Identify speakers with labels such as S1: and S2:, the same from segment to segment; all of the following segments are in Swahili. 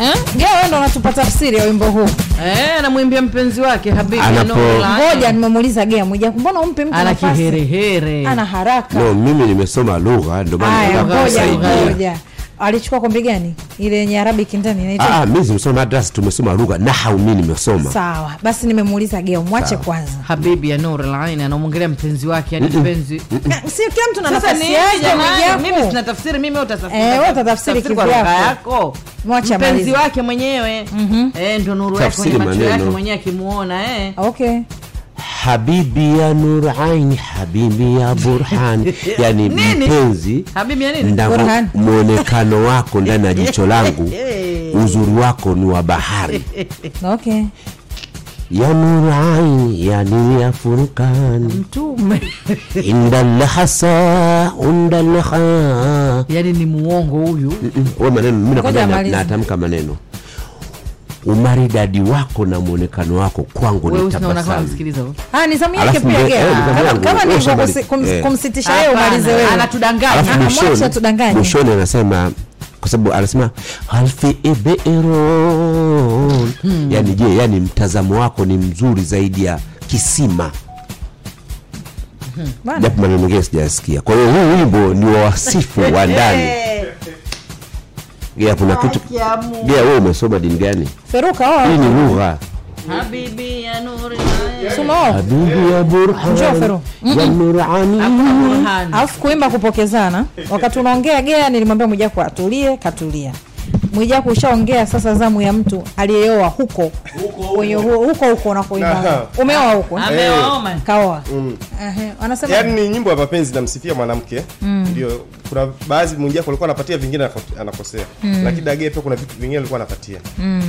S1: Eh?
S2: Leo ndo unatupa tafsiri ya wimbo huu.
S1: Eh, anamwimbia mpenzi wake habibi
S3: Anapo-
S1: no lie.
S2: Ngoja nimemuuliza Gea Mwijaku, mbona umpe mtu
S1: ana
S2: nafasi?
S1: kiherehere
S2: Ana haraka.
S3: no mimi nimesoma lugha ndio maana
S2: Haya,
S3: nataka
S2: ngoja
S3: kusaidia.
S2: ngoja. Alichukua kombe gani? Ile yenye Arabic ndani inaitwa.
S3: Ah, ah, mimi nimesoma madrasa tumesoma lugha nahau mimi nimesoma
S2: Sawa. Basi nimemuuliza Gea, mwache kwanza.
S1: habibi ya Nur Alain anamwongelea mpenzi wake, yani mpenzi
S2: Na- Si kila mtu na
S1: Sasa ni
S2: nafasi
S1: nini
S2: yake
S1: jamani? Mimi
S2: Mwijaku.
S1: sina tafsiri mimi, wewe utatafsiri.
S2: Eh, wewe utatafsiri
S1: Tafsiri kwa
S2: kivyako.
S1: lugha yako.
S2: Mwacha
S1: mpenzi
S2: amalize. Mhm.
S1: wake mwenyewe eh, ndio nuru yake
S3: Tafsiri
S1: kwenye macho yake
S3: maneno.
S1: mwenyewe akimuona eh.
S2: Okay.
S3: habibi ya nurain habibi ya burhan yani
S1: Nini?
S3: mpenzi
S1: Habibi ya nini?
S3: ndani
S2: Burhan.
S3: mwonekano wako ndani ya jicho langu
S1: Eh.
S3: uzuri wako ni wa bahari
S2: Okay.
S3: ya nurain yani ya furkan
S1: Mtume.
S3: indalhasa undalha
S1: yani Yaani ni muongo huyu.
S3: we Mm, maneno mi
S2: Ngoja
S3: nakwambia na-
S2: amalize.
S3: natamka maneno umaridadi wako na mwonekano wako kwangu
S1: Wewe
S3: ni
S1: usinaona kama
S3: tabasamu
S1: msikiliza wewe.
S2: Ah, ni zamu yake
S3: Alafu
S2: pia
S3: ndio-
S2: Gea.
S3: eh, ni zamu
S2: Kama-
S3: yangu.
S2: Kama
S3: Wewe
S2: nilivyo
S3: shambani.
S2: kusi- kum-
S3: Eh.
S2: kumsitisha yeye umalize
S1: Hapana,
S2: wewe.
S1: Anatudanganya.
S3: alafu
S2: Ah, mwache
S3: mwishoni
S2: atudanganye.
S3: mwishoni anasema kwa sababu anasema halfi ibeiron
S1: Hmm.
S3: yani Yaani je yani mtazamo wako ni mzuri zaidi ya kisima
S2: Bana.
S3: japo maneno mengine sijasikia kwa hiyo huu wimbo ni wa wasifu wa ndani
S1: Eh,
S3: Gea, kuna kitu
S1: haki ya Mungu.
S3: Gea, wewe umesoma dini gani
S2: Feruka oh.
S3: hii ni lugha
S1: Habibi ya Nur Alain.
S2: Suma oh.
S3: habibi ya
S2: Njoo,
S3: burhan
S2: Fero.
S3: ya nurani
S1: Burhan.
S2: alafu kuimba kupokezana wakati unaongea gea nilimwambia mwijaku atulie katulia mwijaku ushaongea sasa zamu ya mtu aliyeoa huko Wenye huo- huko huko unakoimba
S4: Aha.
S2: umeoa huko eh?
S1: Amewaoma.
S2: kaoa Ehe, wanasema
S4: Mm. yaani ni nyimbo ya mapenzi namsifia mwanamke
S2: Mm.
S4: ndio kuna baadhi mwingiako alikuwa anapatia vingine anako- anakosea
S2: Mm.
S4: lakini dagee pia kuna vitu vingine alikuwa anapatia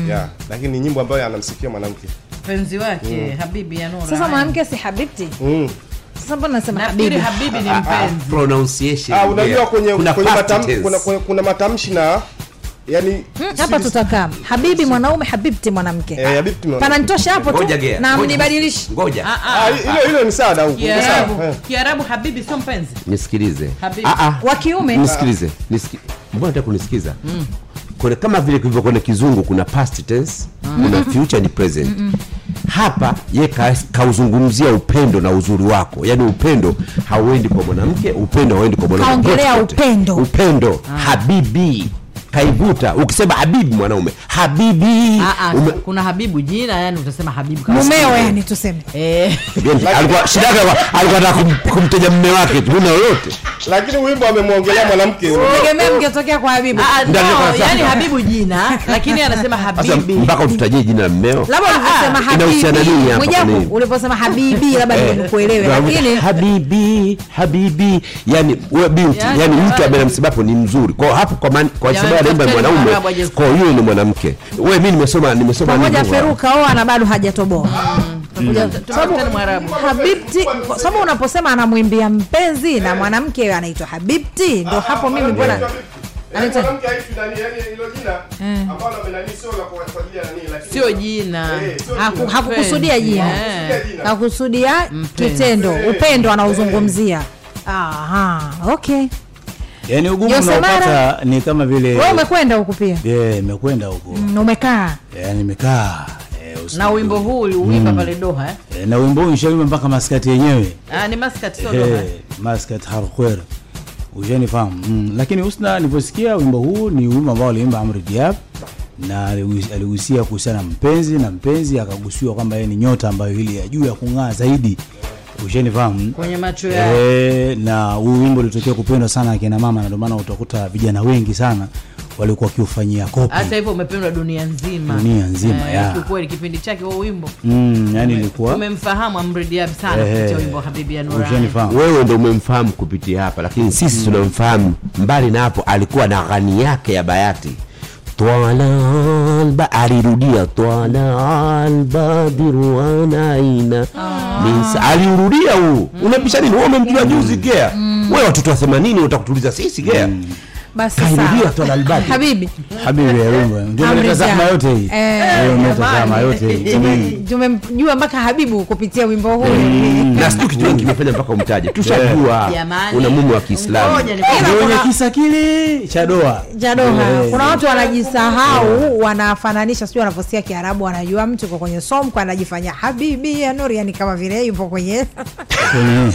S4: yeah. lakini ni nyimbo ambayo anamsifia mwanamke
S1: Mpenzi wake
S3: Mm.
S1: habibi ya Nur
S2: oh. sasa
S1: Alain.
S2: mwanamke si habibti
S4: mm.
S2: sasa mbona nasema
S1: Nafikiri
S2: habibi
S1: habibi
S3: Ah,
S1: ni mpenzi.
S3: pronunciation
S4: ah, unajua kwenye
S3: Kuna
S4: kwenye,
S3: past
S4: matam,
S3: tense.
S4: kuna, kuna, kuna matamshi na yaani- yani
S3: Hmm?
S2: Mm, hapa tutakaa habibi mwanaume habibti mwanamke
S4: Eh, habibi tumeona.
S2: pananitosha hapo tu
S3: Ngoja, Gea,
S2: na
S3: ngoja.
S2: mnibadilishi
S3: ngoja
S1: Ah, ah.
S4: Ah, hilo hilo ni sawa dau. Ni sawa.
S1: Kiarabu.
S4: Eh.
S1: Kiarabu habibi sio mpenzi.
S3: nisikilize
S1: Habibi.
S3: Ah, ah.
S2: wa kiume Ah. Mm.
S3: nisikilize Nisiki- mbona nataka kunisikiza
S1: Mm.
S3: kuna kama vile kulivyo kwenye kizungu kuna past tense
S2: Mm.
S3: kuna future ni present hapa ye ka- kauzungumzia upendo na uzuri wako yaani upendo hauendi kwa mwanamke upendo hauendi kwa mwanaume.
S2: Kaongelea
S3: Kote kote.
S2: upendo. Ah.
S3: upendo habibi kaivuta ukisema habibi mwanaume habibi
S1: Ah, ah,
S3: Ume-
S1: kuna habibu jina yani utasema habibu kama
S2: mumeo yani tuseme
S1: Eh.
S3: Binti, alikuwa shida yake alikuwa- alikuwa anataka kum- kumteja mme wake tu huna yoyote
S4: lakini wimbo amemwongelea mwanamke
S2: tegemea mngetokea kwa habibi
S1: Ah,
S3: Ndio, ndio,
S1: no,
S3: sasa.
S1: yani habibu jina lakini anasema
S3: sasa
S1: habibi
S3: mpaka ututajie jina la mmeo
S2: labda
S3: ah.
S2: ulivyosema
S3: inahusiana nini
S2: habibi
S3: hapa kwenye hii?
S2: mwijaku ulivyosema habibi labda
S3: Eh.
S2: ndio nikuelewe
S3: Ndio,
S2: lakini
S3: habibi habibi yani we binti
S1: Yani,
S3: yani, mtu
S2: ah.
S1: yani.
S3: ambaye namsibapo ni mzuri kwa hapo kwa maana kwa
S1: Jamani,
S2: Yaani,
S3: sababu anaimba
S1: tafuteni
S3: mwanaume
S1: marabu aje-
S3: kwa hiyo ni mwanamke wewe mimi nimesoma nimesoma
S2: pamoja
S3: nini bwana?
S2: feruka oa na bado hajatoboa
S3: Hmm.
S1: tumtane mwarabu
S2: habibti kwa sababu unaposema anamwimbia mpenzi na mwanamke anaitwa habibti ndo
S3: Ah,
S2: hapo mimi mbona
S4: Yaani
S2: Anaitwa- Mm.
S1: sio jina
S4: Eh, sio
S1: Haku-
S4: jina.
S2: hakukusudia jina
S1: Eh.
S2: kakusudia kitendo upendo anaozungumzia aha okay
S5: yaani ugumu
S2: Yosemara.
S5: unaopata ni kama vile
S2: wewe umekwenda huku pia
S5: Eh, nimekwenda huko
S2: Mm, umekaa
S5: yaani nimekaa eh, usiku.
S1: na wimbo huu uliuimba pale doha eh?
S5: Eh, na wimbo huu nishaimba mpaka maskati yenyewe
S1: ah, ni maskat sio doha
S5: Eh, maskat harquer ushanifahamu mm. lakini usna nilivyosikia wimbo huu ni wimbo ambao aliimba amri diab na aligu- aligusia kuhusiana na mpenzi na mpenzi akagusiwa kwamba yeye ni nyota ambayo ile ya juu ya kung'aa zaidi ushanifahamu
S1: kwenye macho yao
S5: Eh, na huu wimbo ulitokea kupendwa sana akina mama na ndio maana utakuta vijana wengi sana walikuwa wakiufanyia kopi
S1: hata hivyo umependwa dunia nzima Eh,
S5: Dunia nzima, ya.
S1: kiukweli kipindi chake huo wimbo
S5: mm, yani ilikuwa
S1: umemfahamu Amri Diab sana
S5: Eh,
S1: kupitia
S5: eh.
S1: wimbo habibi ya Nurani
S5: ushanifahamu
S3: wewe ndio umemfahamu kupitia hapa lakini
S5: Mm.
S3: sisi tunamfahamu mbali na hapo alikuwa na ghani yake ya bayati twala alba alirudia twala alba biruanaina
S5: Ah.
S3: Minsa- aliurudia
S5: Mm.
S3: huu unapisha nini wewe umemjua juzi gea wewe watoto wa 80 utakutuliza sisi gea
S2: Basi
S3: kainuliwa
S2: sawa.
S3: tu analibaki.
S2: Habibi,
S5: Mm. habibi ya rumba ndio
S2: Amri
S5: umetazama
S2: zangu.
S5: yote hii
S2: Eh.
S5: Ndio umetazama
S1: Jamani.
S5: yote hii Mm.
S2: tumemjua mpaka Habibu kupitia wimbo huu.
S5: Eh,
S3: na siku kitu wengi kimefanya mpaka umtaje tushajua
S1: Jamani.
S3: una mume wa kiislamu
S1: Ngoja ni-
S5: kwenye kisa kile cha doa
S2: cha Doha.
S5: Eh.
S2: Kuna watu wanajisahau, wanafananisha, sijui wanavyosikia Kiarabu, wanajua mtu yuko kwenye somko anajifanya habibi ya Nuri, yani kama vile yupo kwenye Yaani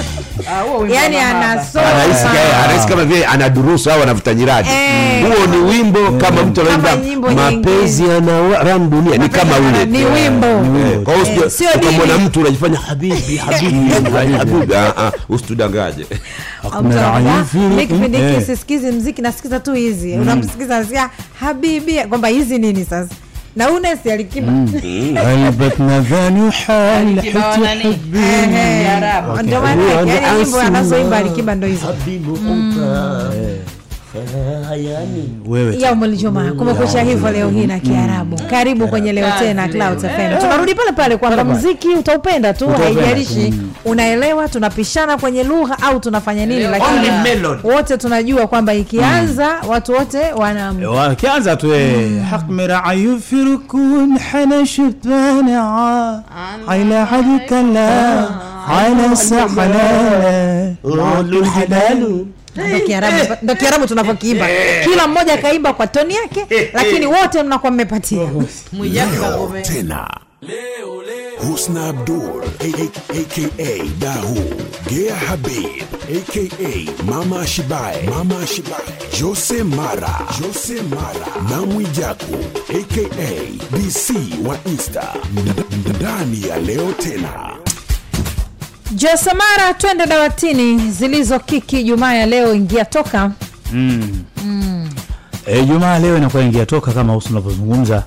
S1: Ah, huo wimbo
S2: yani
S1: wa mahaba.
S3: Mm. anahisi
S2: anasoma
S3: kaya- anahisi kama vile anadurusu au anavuta nyiraji
S2: Eh.
S3: huo ni wimbo kama mtu anaimba
S2: nyimbo
S3: mapenzi yanaramu dunia ni kama
S2: ni
S3: ule
S2: wimbo.
S3: Eh, kwa hiyo
S2: Eh,
S3: usije-
S2: sio
S3: ukamwona
S2: dini. Mm.
S3: mtu unajifanya habibi habibi habibi Ah, ah, usitudangaje
S5: hakuna
S2: Mtu anakuwa,
S5: raifi
S2: "Mi kipindi
S5: Mm.
S2: hiki
S5: Eh.
S2: sisikizi mziki nasikiza tu hizi unamsikiza nasikia habibi ya-" kwamba hizi nini sasa na unesi alikima
S5: قلبك مذان يحال
S1: Kibao
S5: حتى
S1: nani?
S5: حبي
S2: Eh, eh.
S1: Kiarabu.
S2: ndio maana
S5: Huyo ni
S2: yani nyimbo
S5: Asu.
S2: anazoimba alikiba ndo hizo Mm.
S5: wewe
S2: ya Mm. umelichomaa kumekucha hivyo leo hii na kiarabu karibu kwenye leo tena Clouds FM tunarudi pale pale kwamba mziki utaupenda tu Mm. haijalishi unaelewa tunapishana kwenye lugha au tunafanya nini lakini wote tunajua kwamba ikianza watu wote wana
S5: وكازا توي حق مراعي فركون حنا شبانا على حدك لا على سحنا الحلال الحلال
S2: ndo kiarabu ndo kiarabu tunavyokiimba kila mmoja akaimba kwa toni yake lakini wote mnakuwa mmepatia
S1: Mwijaku kakome.
S6: tena husna abdul A- A- aka dahu gea habib aka mama shibae mama shibae jose mara jose mara na mwijaku aka dc wa insta Nd- ndani ya leo tena
S2: josamara twende dawatini zilizokiki jumaa ya leo ingia toka
S5: E, Jumaa leo inakuwa ingia toka kama husu unavyozungumza,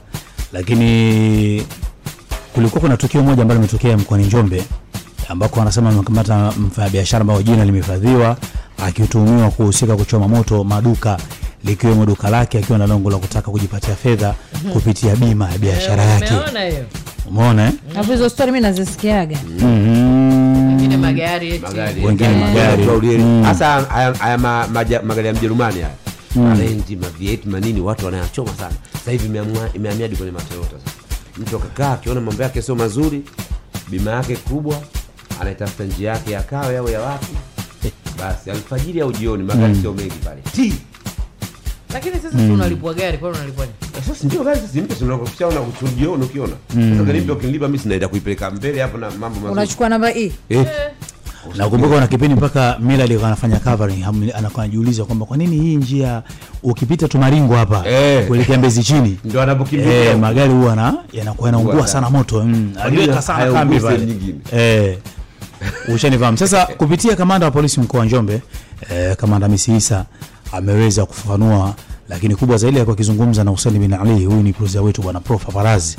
S5: lakini kulikuwa kuna tukio moja ambalo limetokea mkoani Njombe ambako wanasema wamekamata mfanyabiashara ambao jina limehifadhiwa akituhumiwa kuhusika kuchoma moto maduka likiwemo duka lake akiwa na lengo la kutaka kujipatia fedha kupitia bima ya biashara yake.
S1: Mhm. Eh, Umeona hiyo?
S5: Umeona eh?
S2: Alafu hizo stori mi nazisikiaga
S5: Mhm.
S1: Wengine magari eti.
S5: Wengine magari. Mm.
S3: hasa haya- haya ma- maja- magari ya mjerumani haya marenji mavieti manini watu wanayachoma sana sasa hivi imeamua- imehamia hadi kwenye matoyota sasa. mtu akakaa akiona mambo yake sio mazuri bima yake kubwa anaitafuta njia yake ya kawe au ya wapi basi alfajiri au jioni
S5: Mm.
S3: magari sio mengi pale ti
S1: Lakini sasa si unalipwa gari, kwani unalipwa nini?
S3: sasa ndio gari sisi mpya tunakushaona kuchujiona ukiona
S5: Mm.
S3: sasa gari mpya ukinilipa mimi sinaenda kuipeleka mbele hapo na mambo mazuri
S2: unachukua namba E? hii
S3: eh
S5: nakumbuka kuna kipindi mpaka Millard alikuwa anafanya covering hamu- anakuwa anajiuliza kwamba kwa nini hii njia ukipita tu Maringo hapa
S3: Eh.
S5: kuelekea Mbezi chini
S3: ndio anapokimbia
S5: Eh, magari huwa na yanakuwa yanaungua
S3: Ungua
S5: sana
S3: sana.
S5: moto mm. aliweka sana
S3: hayaungui
S5: kambi
S3: sehemu
S5: pale
S3: Yaani nyingine.
S5: eh, ushanifahamu sasa kupitia kamanda wa polisi mkoa wa njombe eh, kamanda misisa ameweza kufafanua lakini kubwa zaidi alikuwa akizungumza na huseni bin ali huyu ni producer wetu bwana prof barazi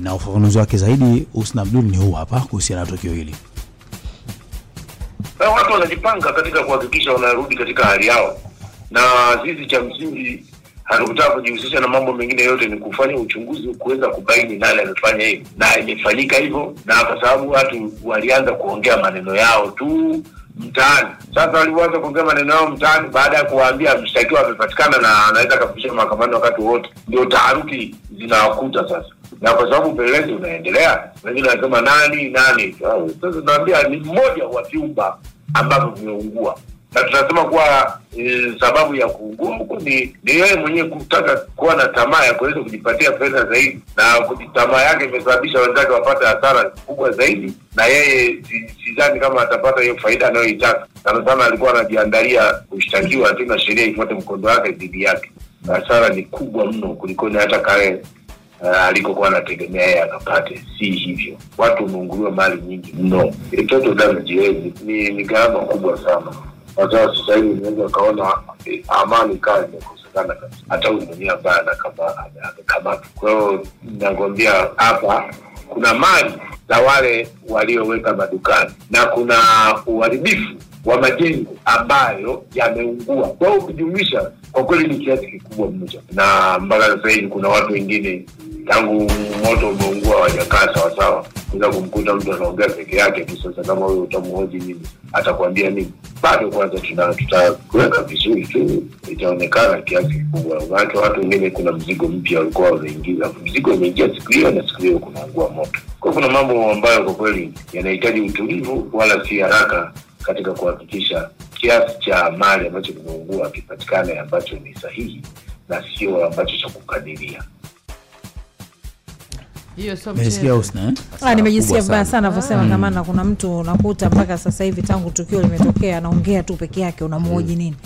S5: na ufafanuzi wake zaidi husna abdul ni huu hapa kuhusiana na tukio hili
S7: Sasa watu wanajipanga katika kuhakikisha wanarudi katika hali yao, na sisi cha msingi hatukutaka kujihusisha na mambo mengine yote, ni kufanya uchunguzi kuweza kubaini nani amefanya hivi na imefanyika hivyo, na kwa sababu watu walianza kuongea maneno yao tu mtaani. Sasa walivyoanza kuongea maneno yao mtaani, baada ya kuwaambia mshtakiwa amepatikana na anaweza akafikishwa mahakamani wakati wowote, ndio taharuki zinawakuta sasa na kwa sababu upelelezi unaendelea, wengine wanasema nani nani. Sasa tunaambia ni mmoja wa vyumba ambavyo vimeungua, na tunasema kuwa e, sababu ya kuungua huku ni ni yeye mwenyewe kutaka kuwa na tamaa ya kuweza kujipatia fedha zaidi, na kuti- tamaa yake imesababisha wenzake wapate hasara kubwa zaidi, na yeye si- sidhani kama atapata hiyo faida anayoitaka. Sana sana alikuwa anajiandalia kushtakiwa, tuna sheria ifuate mkondo wake dhidi yake. Hasara ni kubwa mno kulikoni hata kale uh, alikokuwa anategemea yeye akapate. Si hivyo, watu wameunguliwa mali nyingi mno. Mtoto damajiwezi eh, ni, ni gharama kubwa sana. Sasa sasa hivi unaweza ukaona eh, amani kaa imekosekana kabisa, hata huyu mwenyewe ambaye anakama- ame- amekamatwa. Kwa hiyo nakwambia hapa kuna mali za wale walioweka madukani na kuna uharibifu wa majengo ambayo yameungua. Kwa hiyo ukijumlisha, kwa kweli ni kiasi kikubwa mno, cha- na mpaka sasa hivi kuna watu wengine tangu moto umeungua hawajakaa sawasawa, unaweza kumkuta mtu anaongea peke yake tu. Sasa kama wewe utamuoji nini, atakwambia nini? Bado kwanza tuna- tutaweka vizuri tu, itaonekana kiasi kikubwa. Maanake watu wengine, kuna mzigo mpya walikuwa wameingiza. Mzigo umeingia siku hiyo na siku hiyo kunaungua moto. Kwa hiyo kuna mambo ambayo kwa kweli yanahitaji utulivu, wala si haraka katika kuhakikisha kiasi cha mali ambacho kimeungua kipatikane ambacho ni sahihi na sio ambacho cha kukadiria.
S1: hiyo sio
S5: Umesikia
S1: mchezo.
S5: Husna, eh? Mm.
S2: Ah, nimejisikia
S3: kubwa
S2: vibaya sana anavyosema
S1: Mm.
S2: kama na kuna mtu unakuta mpaka sasa hivi tangu tukio limetokea anaongea tu peke yake
S3: Mm.
S2: unamuoji nini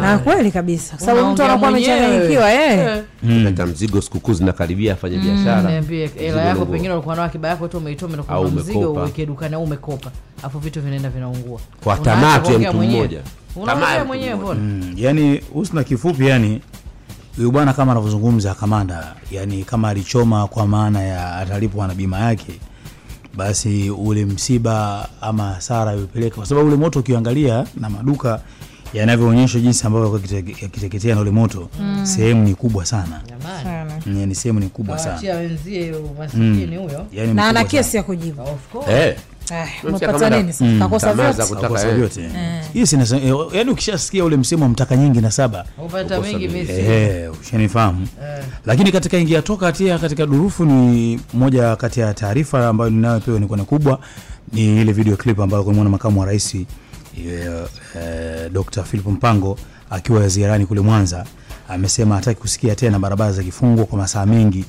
S2: na kweli kabisa kwa sababu mtu
S1: Unaongea
S2: anakuwa
S1: mwenyewe.
S2: amechanganyikiwa eh.
S1: Eh,
S3: kuleta mzigo sikukuu zinakaribia afanye
S2: Hmm,
S3: biashara
S1: niambie
S3: Mzigo
S1: hela yako
S3: unaungua.
S1: pengine ulikuwa nao kibaya yako tu umeitoa
S3: Au
S1: umekopa mzigo
S3: umekopa.
S1: uweke dukani au umekopa afu vitu vinaenda vinaungua
S3: Kwa
S1: Unaacha
S3: tamaa tu ya
S1: kuongea
S3: mtu
S1: mwenyewe.
S3: mmoja. Tamaa ya
S1: unaongea
S3: mtu
S1: mwenyewe
S3: mmoja.
S1: mbona
S5: Mm, yani Husna, kifupi yani huyu bwana kama anavyozungumza kamanda, yani kama alichoma kwa maana ya atalipwa na bima yake, basi ule msiba ama hasara yupeleka, kwa sababu ule moto ukiangalia na maduka yanavyoonyesha jinsi ambavyo yalikuwa yakite- yakiteketea na ule moto
S2: Mm.
S5: sehemu ni kubwa sana,
S1: Jamani,
S5: yani sehemu ni kubwa sana,
S1: waachia wenzie
S3: Mm.
S1: masikini huyo
S3: Yaani,
S5: yani
S2: na ana
S5: mkubwa sana.
S2: kesi ya kujibu
S1: of course
S3: Eh,
S2: Ay,
S3: Msia
S2: umepata
S3: kamanda.
S2: nini
S5: Mm,
S2: sasa? kakosa
S3: tamaa
S2: vyote
S3: za
S5: Kosa
S3: kutaka eh.
S5: vyote hii sina yani, eh, yaani ukishasikia ule msemo wa mtaka nyingi na saba
S1: upata mingi misi
S5: Eh, ushanifahamu
S1: Eh.
S5: lakini katika ingia toka hatia katika durufu ni moja kati ya taarifa ambayo ninayopewa ni kwenye kubwa ni ile video clip ambayo kumwona makamu wa rais eh, Dr. Philip Mpango akiwa ziarani kule Mwanza amesema hataki kusikia tena barabara za kifungwa kwa masaa mengi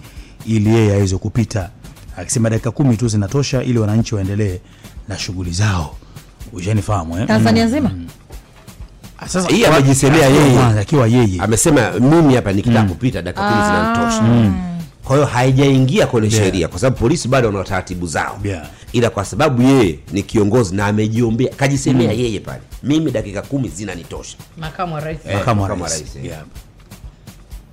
S5: ili yeye aweze kupita akisema dakika kumi tu zinatosha ili wananchi waendelee na shughuli zao
S3: Mm.
S5: ushanifahamu eh?
S2: tanzania nzima
S5: Sasa
S3: Hii amejisemea yeye.
S5: Mwanza, akiwa yeye Hmm.
S3: amesema mimi hapa nikitaka kupita dakika kumi
S2: Ah.
S3: zinanitosha kwa hiyo haijaingia kwenye sheria kwa sababu polisi bado wana taratibu zao
S5: Yeah.
S3: ila kwa sababu yeye ni kiongozi na amejiombea kajisemea
S5: Hmm.
S3: yeye pale mimi dakika kumi zinanitosha
S1: makamu wa rais
S3: Eh,
S5: makamu wa
S3: makamu wa
S5: rais
S3: rais, eh.
S5: yeah.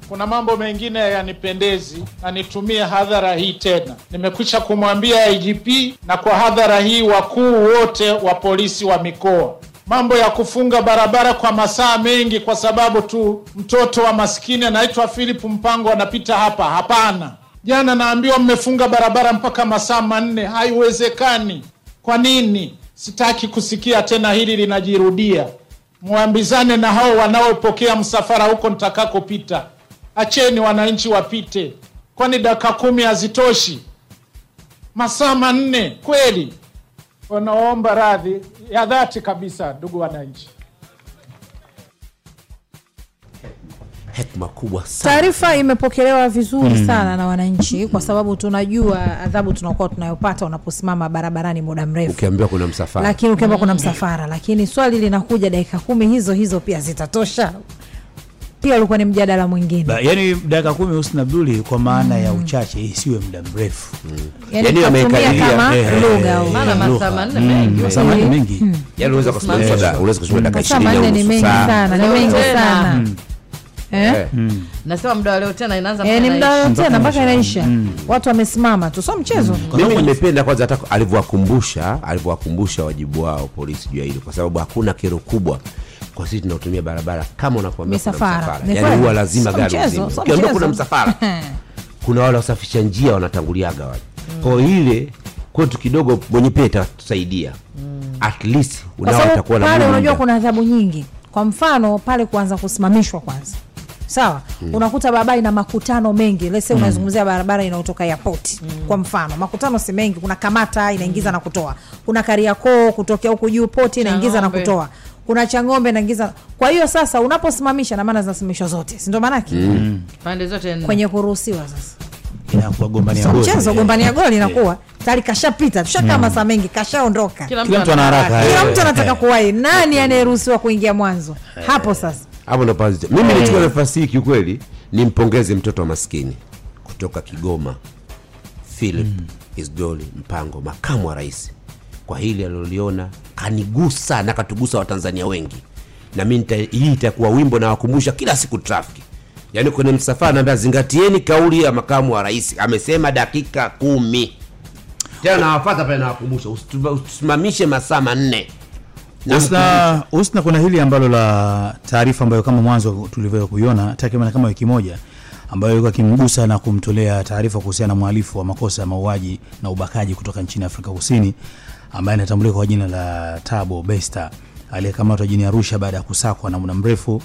S8: kuna mambo mengine yanipendezi na nitumie hadhara hii tena. Nimekwisha kumwambia IGP na kwa hadhara hii wakuu wote wa polisi wa mikoa, mambo ya kufunga barabara kwa masaa mengi kwa sababu tu mtoto wa maskini anaitwa Philip Mpango anapita hapa, hapana. Jana naambiwa mmefunga barabara mpaka masaa manne, haiwezekani. Kwa nini? Sitaki kusikia tena hili linajirudia. Mwambizane na hao wanaopokea msafara huko nitakakopita. Acheni wananchi wapite, kwani dakika kumi hazitoshi, masaa manne kweli. Wanaomba radhi ya dhati kabisa, ndugu wananchi.
S3: hekma kubwa sana Mm.
S2: taarifa imepokelewa vizuri sana na wananchi kwa sababu tunajua adhabu tunakuwa tunayopata unaposimama barabarani muda mrefu
S3: ukiambiwa kuna msafara
S2: lakini ukiamba kuna msafara lakini swali linakuja dakika kumi hizo hizo pia zitatosha pia ulikuwa ni mjadala mwingine
S5: Ba, yani dakika kumi Husna Abduli kwa maana ya uchache isiwe muda mrefu
S2: yani
S3: yani
S2: tunatumia
S3: wameikalia,
S2: kama
S5: eh,
S2: lugha
S5: eh,
S2: huko.
S1: maana
S5: lugha.
S1: masaa manne mengi
S5: masaa
S2: Mm.
S5: manne mengi
S3: yani Hmm. Yaani unaweza kusimama
S1: Masaa
S3: da- unaweza kusimama dakika
S2: masaa
S3: ishirini
S2: manne
S3: au
S2: Hmm. ni
S3: nusu
S2: mengi
S3: saa
S2: sana ni mengi
S1: Tena.
S2: sana
S5: Hmm.
S2: Eh?
S3: Eh,
S1: nasema muda wa leo tena inaanza
S2: Eh, ni
S1: mpaka
S2: muda
S1: na-
S2: wote na mpaka
S5: inaisha.
S2: inaisha Mm. watu wamesimama tu sio mchezo
S3: mimi nimependa kwanza hata alivyowakumbusha alivyowakumbusha wajibu wao polisi juu ya hilo kwa sababu hakuna kero kubwa kwa sisi tunaotumia barabara kama unapoambia kuna
S2: Misafara.
S3: msafara
S2: Ni
S3: yani
S2: kweli.
S3: huwa lazima
S2: Sio
S3: gari
S2: mchezo,
S3: uzime
S2: sio
S3: ukiambia kuna
S2: mchezo.
S3: msafara kuna wale wasafisha njia wanatanguliaga wale kwao ile kwetu kidogo mwenye pia itatusaidia at least
S2: Mm. kwa
S3: unao
S2: sababu
S3: utakuwa na
S2: pale
S3: muda.
S2: unajua kuna adhabu nyingi kwa mfano pale kuanza kusimamishwa kwanza sawa unakuta barabara ina makutano mengi lese mm. unazungumzia barabara inayotoka airport mm. kwa mfano makutano si mengi kuna kamata
S1: Mm.
S2: inaingiza na kutoa kuna kariakoo kutokea huku juu poti inaingiza na
S1: Chang'ombe.
S2: kutoa kuna changombe inaingiza kwa hiyo sasa unaposimamisha na maana zinasimamishwa zote si ndo maanake mm.
S1: pande zote nne.
S2: kwenye kuruhusiwa sasa
S5: inakuwa gombani ya
S2: So
S5: goli.
S2: mchezo
S5: Eh,
S2: gombania goli inakuwa tayari kashapita tushakaa masaa mengi kashaondoka
S5: Mm. kila mtu ana haraka eh. Eh.
S2: kila mtu anataka kuwahi nani anayeruhusiwa kuingia mwanzo hapo sasa
S3: hapo ndo pazito mimi nichukua nafasi hii kiukweli nimpongeze mtoto wa maskini kutoka kigoma philip mm. isdoli mpango makamu wa rais kwa hili aliloliona kanigusa na katugusa watanzania wengi na mi nita- hii itakuwa wimbo na wakumbusha kila siku trafiki yaani kwenye msafara naambia zingatieni kauli ya makamu wa rais amesema dakika kumi tena nawafata pale nawakumbusha usitu- usisimamishe masaa manne Na
S5: Husna, Husna kuna hili ambalo la taarifa ambayo kama mwanzo tulivyo kuiona takriban kama wiki moja ambayo alikuwa akimgusa na kumtolea taarifa kuhusiana na mhalifu wa makosa ya mauaji na ubakaji kutoka nchini Afrika Kusini ambaye anatambulika kwa jina la Tabo Besta aliyekamatwa jini Arusha baada ya kusakwa na muda mrefu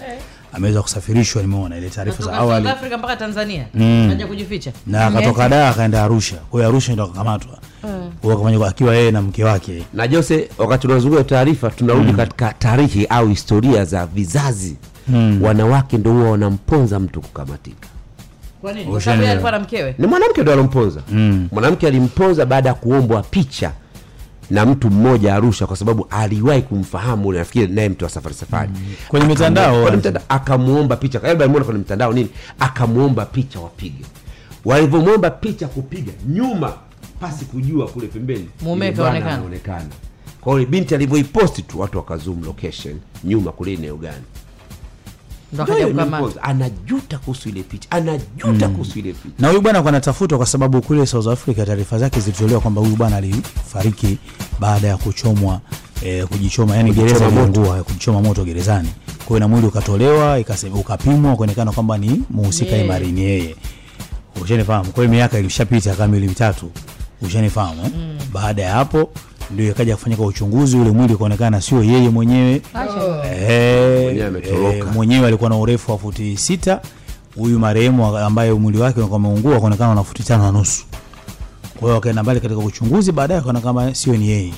S5: ameweza kusafirishwa, nimeona ile taarifa za
S1: Kutoka
S5: awali
S1: South Africa mpaka Tanzania
S3: Mm.
S1: kaja kujificha.
S5: na akatoka Dar akaenda Arusha. Kwa hiyo Arusha ndo akakamatwa
S1: Mm.
S5: Huwa akafanya kwa- akiwa yeye na mke wake Mm.
S3: na Jose, wakati tunazungumza taarifa tunarudi katika tarihi au historia za vizazi
S5: Mm.
S3: wanawake ndo huwa wanamponza mtu kukamatika
S1: Kwa nini? Kwa
S5: Ocean
S1: sababu
S5: Eleven.
S1: yeye alikuwa na mkewe.
S3: ni mwanamke ndo alomponza
S5: Mm.
S3: mwanamke alimponza baada ya kuombwa picha na mtu mmoja Arusha kwa sababu aliwahi kumfahamu ule nafikiri naye mtu wa safari safari
S5: Mm. kwenye
S3: Akamu-
S5: mitandao
S3: kwenye
S5: wale.
S3: mitandao, akamuomba picha labda alimuona kwenye mtandao nini akamuomba picha wapige walivyomwomba picha kupiga nyuma pasi kujua kule pembeni
S1: Mume
S3: yule bwana
S1: kaonekana.
S3: anaonekana kwa hiyo binti alivyoiposti tu watu wakazoom location nyuma kule eneo gani
S1: Ndo akaja kukamata.
S3: anajuta kuhusu ile picha anajuta
S9: Mm.
S3: kuhusu ile picha
S5: na huyu bwana alikuwa anatafutwa kwa sababu kule South Africa taarifa zake zilitolewa kwamba huyu bwana alifariki baada ya kuchomwa eh, kujichoma yani gereza iliungua kujichoma moto gerezani. Kwa hiyo na mwili ukatolewa ikasema ukapimwa kuonekana kwamba ni mhusika
S1: Yeye.
S5: imari ni yeye. Ushanifahamu? Kwa hiyo miaka ilishapita kama miwili mitatu. Ushanifahamu? eh? Baada ya hapo ndio ikaja kufanyika uchunguzi, ule mwili ukaonekana sio yeye mwenyewe.
S10: Ah.
S5: Eh,
S3: Mwenyewe ametoroka.
S5: eh, mwenyewe alikuwa na urefu wa futi sita huyu marehemu wa- ambaye mwili wake ulikuwa umeungua akaonekana na futi tano na nusu kwa hiyo wakaenda mbali katika uchunguzi baadaye akaona kama sio ni yeye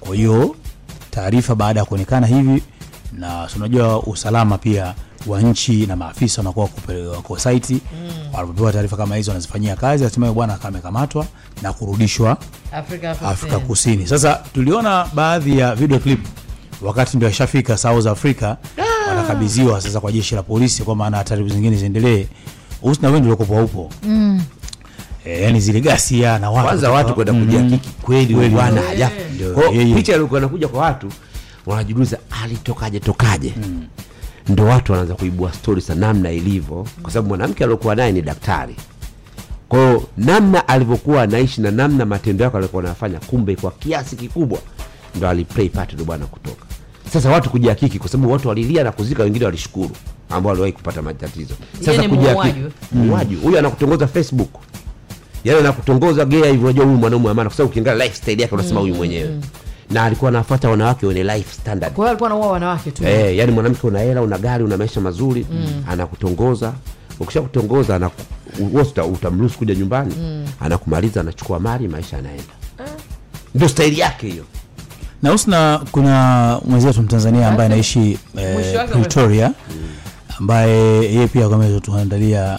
S5: kwa hiyo taarifa baada ya kuonekana hivi na si unajua usalama pia wa nchi na maafisa wanakuwa kupe- wako saiti wanapopewa taarifa kama hizo wanazifanyia kazi hatimaye bwana akawa amekamatwa na kurudishwa
S1: Afrika Kusini.
S5: Afrika Kusini. Sasa tuliona baadhi ya video clip wakati ndio ashafika South Africa,
S1: Ah.
S5: wanakabidhiwa sasa kwa jeshi la polisi, kwa maana taratibu zingine ziendelee. Husna, wewe ndio ukopo upo mm. E, yani zile ghasia na watu Mm.
S3: kwanza watu kwenda kujihakiki kweli huyu bwana haja
S5: Ndio,
S3: Kwa hiyo
S5: yeye.
S3: picha ilikuwa inakuja kwa watu wanajiuliza alitokaje tokaje
S5: Hmm.
S3: ndo watu wanaanza kuibua stori za namna ilivyo kwa sababu mwanamke aliokuwa naye ni daktari kwa hiyo namna alivyokuwa anaishi na namna matendo yake aliokuwa anafanya kumbe kwa kiasi kikubwa ndo aliplay part ndo bwana kutoka sasa watu kujihakiki kwa sababu watu walilia na kuzika wengine walishukuru ambao waliwahi kupata matatizo
S1: Yeye
S3: sasa
S1: ni
S3: kujihakiki
S1: muuaji.
S3: muuaji huyu anakutongoza facebook yani Yaani anakutongoza gea hivyo unajua huyu mwanaume amana kwa sababu ukiangalia lifestyle yake unasema
S1: Mm.
S3: huyu mwenyewe na alikuwa anafuata wanawake wenye life standard
S1: Kwa hiyo alikuwa anaua wanawake tu. Mm.
S3: eh, yani mwanamke una hela una gari una maisha mazuri anakutongoza ukisha kutongoza anaku- wewe uta- utamruhusu kuja nyumbani
S1: Mm.
S3: anakumaliza anachukua mali maisha anaenda
S1: Eh.
S3: ndio staili yake hiyo
S5: na Husna, kuna mwenzetu Mtanzania ambaye anaishi
S1: Mwisho
S5: eh,
S1: wake
S5: Pretoria ambaye yeye pia kameweza tuandalia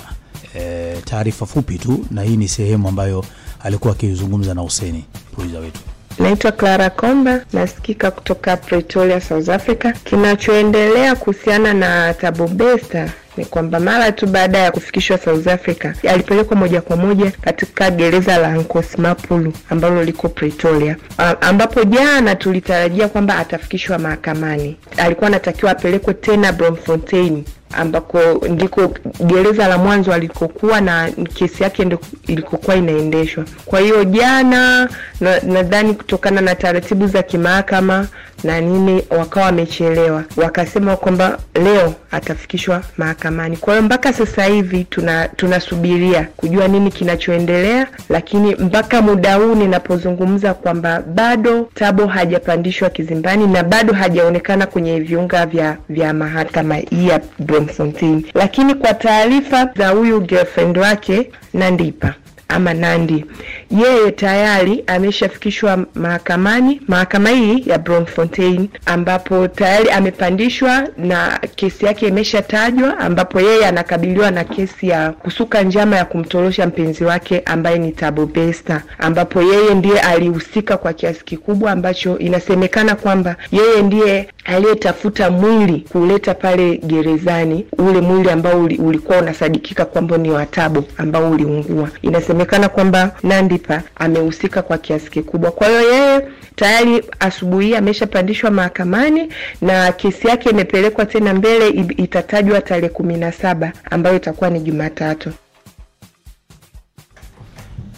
S5: eh, taarifa fupi tu, na hii ni sehemu ambayo alikuwa akizungumza na Huseni producer wetu.
S11: Naitwa Clara Komba, nasikika kutoka Pretoria, South Africa. Kinachoendelea kuhusiana na Thabo Bester ni kwamba mara tu baada ya kufikishwa South Africa alipelekwa moja kwa moja katika gereza la Nkosmapulu ambalo liko Pretoria, A- ambapo jana tulitarajia kwamba atafikishwa mahakamani. Alikuwa anatakiwa apelekwe tena Bloemfontein ambako ndiko gereza la mwanzo alikokuwa na kesi yake ndo ilikokuwa inaendeshwa. Kwa hiyo jana na- nadhani kutokana na taratibu za kimahakama na nini, wakawa wamechelewa, wakasema kwamba leo atafikishwa mahakamani. Kwa hiyo mpaka sasa hivi tuna tunasubiria kujua nini kinachoendelea, lakini mpaka muda huu ninapozungumza kwamba bado Tabo hajapandishwa kizimbani na bado hajaonekana kwenye viunga vya vya mahakama hii ya Bloemfontein, lakini kwa taarifa za huyu girlfriend wake Nandipa ama Nandi, yeye tayari ameshafikishwa mahakamani, mahakama hii ya Bloemfontein, ambapo tayari amepandishwa na kesi yake imeshatajwa, ambapo yeye anakabiliwa na kesi ya kusuka njama ya kumtorosha mpenzi wake ambaye ni Thabo Bester, ambapo yeye ndiye alihusika kwa kiasi kikubwa, ambacho inasemekana kwamba yeye ndiye aliyetafuta mwili kuleta pale gerezani, ule mwili ambao uli, ulikuwa unasadikika kwamba ni wa Thabo ambao uliungua. Inasemekana kwamba Nandipa amehusika kwa kiasi kikubwa. Kwa hiyo yeye tayari asubuhi hii ameshapandishwa mahakamani na kesi yake imepelekwa tena mbele, i- itatajwa tarehe kumi na saba ambayo itakuwa ni Jumatatu.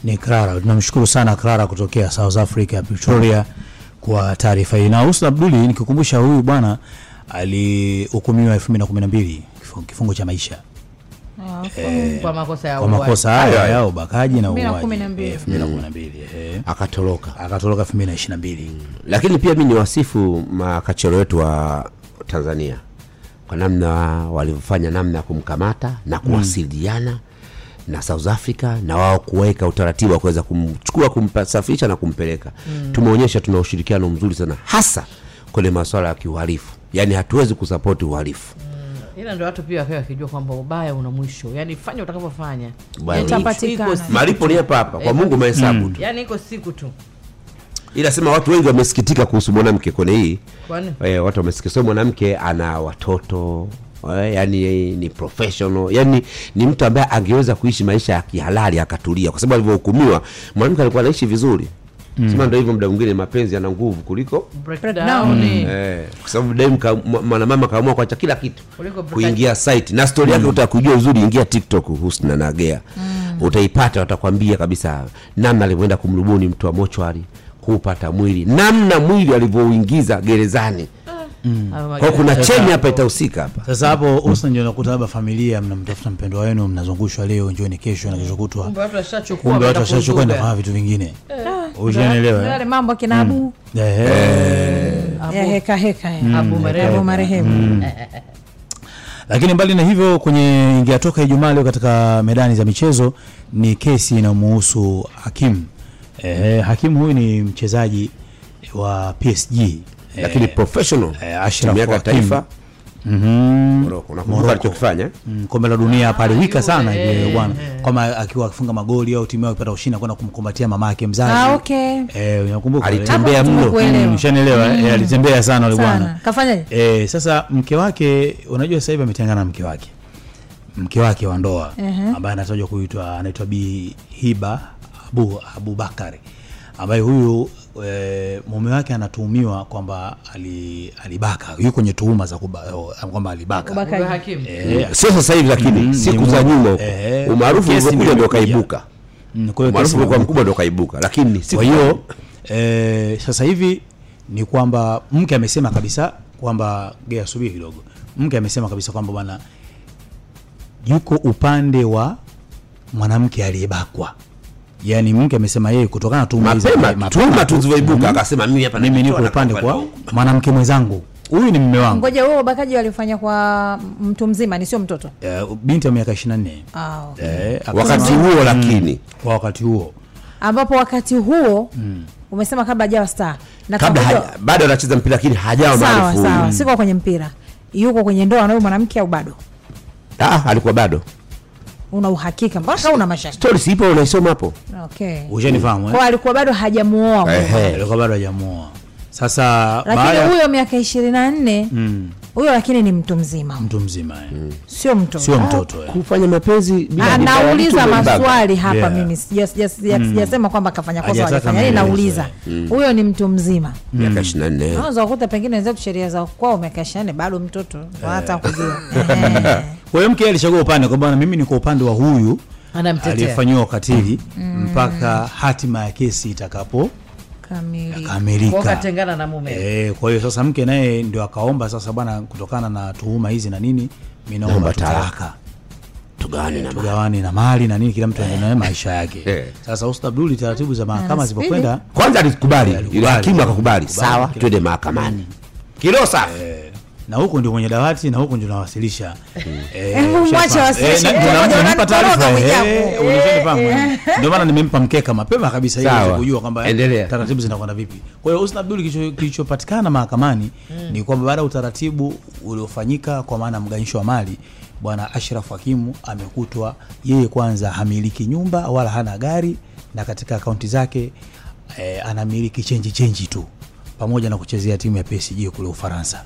S5: ni Clara. Tunamshukuru sana Clara kutokea South Africa, Pretoria, kwa taarifa hii. Na Husna Abduli, nikikukumbusha huyu bwana alihukumiwa 2012 kifungo- kifungo cha maisha
S1: Eh,
S3: Eh,
S1: kwa makosa ya
S5: kwa
S1: ubaya.
S5: makosa hayo ya ubakaji na
S2: Mbili na
S5: uuaji
S2: kumi na mbili.
S5: Eh, elfu mbili na kumi na mbili eh.
S3: akatoroka
S5: akatoroka elfu mbili na ishirini na mbili
S3: lakini pia mi ni wasifu makachero wetu wa tanzania kwa namna walivyofanya namna ya kumkamata na kuwasiliana na south africa na wao kuweka utaratibu wa kuweza kumchukua kumsafirisha na kumpeleka tumeonyesha tuna ushirikiano mzuri sana hasa kwenye masuala ya kiuhalifu yaani hatuwezi kusapoti uhalifu
S1: ila ndo watu pia wakae wakijua kwamba ubaya una mwisho yani fanya utakavyofanya
S3: Ubaya
S1: Yani
S3: una
S1: iko-
S2: mwisho.
S1: iko siku-
S3: malipo ni hapa hapa kwa mungu mahesabu tu
S1: yani Eh, mm. Yaani iko siku tu
S3: ila sema watu wengi wamesikitika kuhusu mwanamke kwenye hii
S1: kwani
S3: Eh, watu wamesikia sio mwanamke ana watoto eh, yani ni professional yani ni mtu ambaye angeweza kuishi maisha ya kihalali akatulia kwa sababu alivyohukumiwa mwanamke alikuwa anaishi vizuri mm. sema ndo hivyo muda mwingine mapenzi yana nguvu kuliko
S1: breakdown eh,
S3: eh, kwa sababu daimu ka, mwa- mwanamama kaamua kuacha kila kitu
S1: Kuliko break-
S3: kuingia site na stori
S5: Mm.
S3: yake utaka kujua uzuri ingia tiktok husna na gea utaipata watakwambia kabisa namna alivyoenda kumrubuni mtu wa mochwari kuupata mwili namna mwili alivyouingiza gerezani
S5: Ah.
S3: Mm.
S1: hayo
S3: kwa
S1: magari.
S3: kuna cheni hapa itahusika hapa
S5: sasa hapo usa ndio nakuta labda familia mnamtafuta mpendo wenu mnazungushwa leo njoni kesho na kesho kutwa
S1: Kumbe watu washachukua
S5: kumbe watu
S1: wameenda
S5: washachokwenda
S1: kuzuga.
S5: kufanya vitu vingine
S2: Ndio
S5: ushanielewa
S2: yale mambo akina abu
S5: eh? Eh,
S2: ya heka heka
S5: Mm.
S2: ya.
S1: Abu marehemu.
S2: abu marehemu
S5: lakini mbali na hivyo kwenye ingeyatoka ijumaa leo katika medani za michezo ni kesi inayomuhusu hakimu eh, hakimu huyu ni mchezaji wa psg
S3: lakini professional
S5: eh, Ashraf
S3: timu yake ya
S5: Hakim.
S3: taifa
S5: mm-hmm.
S3: Morocco. unakumbuka alichokifanya
S5: Mm, kombe la dunia
S2: Ah,
S5: paliwika sana
S1: Yule,
S5: hivi
S1: eh,
S5: bwana kwamba akiwa akifunga magoli au timu yao ikipata ushindi na kwenda kumkumbatia mama yake mzazi
S2: Ah, okay.
S5: eh, unakumbuka eh?
S3: alitembea
S2: Hapo
S3: mno
S2: tumekuelewa.
S5: Mm, ushanielewa eh, alitembea sana yule bwana
S2: sana kafanyaje
S5: eh, sasa mke wake unajua sasa hivi ametengana na mke wake mke wake wa ndoa ambaye anatajwa kuitwa anaitwa bi hiba abu abubakari ambaye huyu e, mume wake anatuhumiwa kwamba ali, alibaka yuko kwenye tuhuma za kuba, eh, kwamba alibaka
S1: Kumbe
S2: Ubakaji.
S1: hakimu
S5: Eh,
S3: sio sasa hivi
S5: Mm,
S3: lakini siku
S5: ni
S3: za
S5: mu-
S3: nyuma
S5: eh,
S3: huko. umaarufu
S5: kesi
S3: ulivyokuja
S5: ndio
S3: ndio
S5: imekuja.
S3: kaibuka
S5: Mm, kwa hiyo
S3: umaarufu
S5: kesi-
S3: ulikuwa mkubwa ndio kaibuka lakini siku
S5: kwa hiyo eh, sasa hivi ni kwamba mke amesema kabisa kwamba gea subiri kidogo mke amesema kabisa kwamba bwana yuko upande wa mwanamke aliyebakwa yaani mke amesema yeye kutokana na tuhuma hizi-
S3: mapema tuma tu zilivyoibuka
S5: Mhm.
S3: akasema mimi hapa
S5: mimi niko
S3: najitoa na
S5: upande kwa
S3: huku.
S5: mwanamke mwenzangu huyu ni mme wangu
S2: ngoja huo ubakaji walifanya kwa mtu mzima ni sio mtoto
S5: Eh, binti ya miaka 24
S2: ah, okay.
S5: Eh, akasema-
S3: wakati huo lakini
S5: kwa wakati huo
S2: ambapo wakati huo umesema kabla hajawa star na
S3: Mm. kabla
S2: tunajua-
S3: haja- bado anacheza mpira lakini hajawa
S2: sawa
S3: maarufu
S2: sawa siko kwenye mpira yuko kwenye ndoa na huyo mwanamke au bado
S3: Ah, alikuwa bado
S2: una uhakika mpaka una mashaka
S3: stori ipo unaisoma hapo
S2: okay.
S5: ushanifahamu eh?
S2: kwao alikuwa bado hajamuoa huyo.
S3: Ehe.
S5: alikuwa bado hajamuoa sasa
S2: lakini huyo miaka ishirini na nne
S5: Mm,
S2: huyo lakini ni mtu mzima
S5: mtu mzima eh.
S3: Mm.
S2: sio mtoto
S5: sio mtoto eh.
S3: kufanya mapenzi bila
S2: Ah,
S3: mipaka ya mtu
S2: nauliza
S3: ndio mbaya.
S2: maswali hapa
S5: Yeah. Mm.
S2: mimi sija- sija- sija- sijasema kwamba kafanya kosa
S5: Hajataka
S2: walifanya yani
S5: maelezo,
S2: nauliza
S5: Mm.
S2: huyo ni mtu mzima
S5: Hmm.
S3: miaka 24
S5: Ah,
S2: unaweza kukuta pengine wenzetu sheria za kwao miaka ishirini na nne bado mtoto hata kujua Eh.
S5: kwa hiyo mke alichagua upande kwamba bwana, mimi niko upande wa huyu
S1: Anamtetea.
S5: aliyefanyiwa ukatili
S2: Mm.
S3: Mm.
S5: mpaka hatima ya kesi itakapokamilika
S2: kamili
S1: Kwa katengana na mume
S5: Eh, kwa hiyo sasa mke naye ndio akaomba sasa bwana kutokana na tuhuma hizi na nini mi
S3: Naomba
S5: naomba talaka
S3: tugawane na mali.
S5: tugawane na mali na nini kila mtu aendelee maisha yake
S3: Eh.
S5: sasa Ustadh Abduli taratibu za mahakama
S2: Ana
S5: zilipokwenda
S3: kwanza alikubali
S5: Alikubali.
S3: yule hakimu akakubali
S5: Alikubali.
S3: sawa twende mahakamani kilo safi
S5: Eh. na huku ndio mwenye dawati na huku ndio nawasilisha Eh,
S2: Hebu mwache
S5: ushafahamu.
S2: awasilishe
S5: Eh, na-
S2: mtu
S5: na-
S2: mmoja,
S5: nimempa
S2: unanitoroka
S5: taarifa,
S2: mwijaku.
S5: eh, unanifahamu, eh. ndio maana nimempa mkeka mapema kabisa ili
S3: Sawa.
S5: aweze kujua kwamba
S3: Endelea.
S5: taratibu zinakwenda vipi kwa hiyo Husna Abdul kilicho- kilichopatikana mahakamani ni kwamba baada ya utaratibu uliofanyika kwa maana ya mgawanyisho wa mali bwana Ashraf Hakimu amekutwa yeye kwanza hamiliki nyumba wala hana gari na katika akaunti zake eh, anamiliki chenji chenji tu pamoja na kuchezea timu ya PSG kule Ufaransa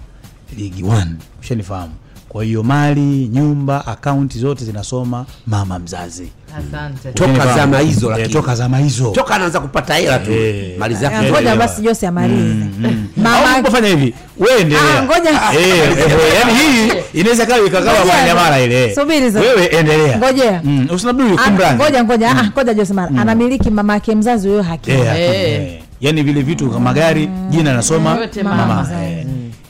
S5: ligi 1 ushanifahamu kwa hiyo mali nyumba akaunti zote zinasoma mama mzazi
S1: asante
S3: Toka
S5: Ushanifahamu?
S3: zama hizo
S5: Eh,
S3: lakini.
S5: toka zama hizo Eh.
S3: toka anaanza kupata hela tu mali zake
S2: Eh, ngoja
S5: Elewa.
S2: basi jose amalize
S5: Hmm, Au
S2: mama
S5: unapofanya hivi wewe endelea
S2: Ah, ngoja.
S5: Eh, eh, eh, yaani hii inaweza kawa ikakawa
S2: Ngoja.
S5: maandamano ile
S2: Subiri sasa.
S5: wewe endelea
S2: Ngoja.
S5: Mm, usinabdili
S2: Ah,
S5: kumrani
S2: ngoja ngoja ah, ngoja jose mara anamiliki mama yake mzazi huyo hakimu
S5: Mm. Eh, hakika,
S1: Eh.
S2: Mm.
S5: eh. yaani vile vitu kama gari jina nasoma
S1: Yote
S5: mama
S1: mama.
S5: eh.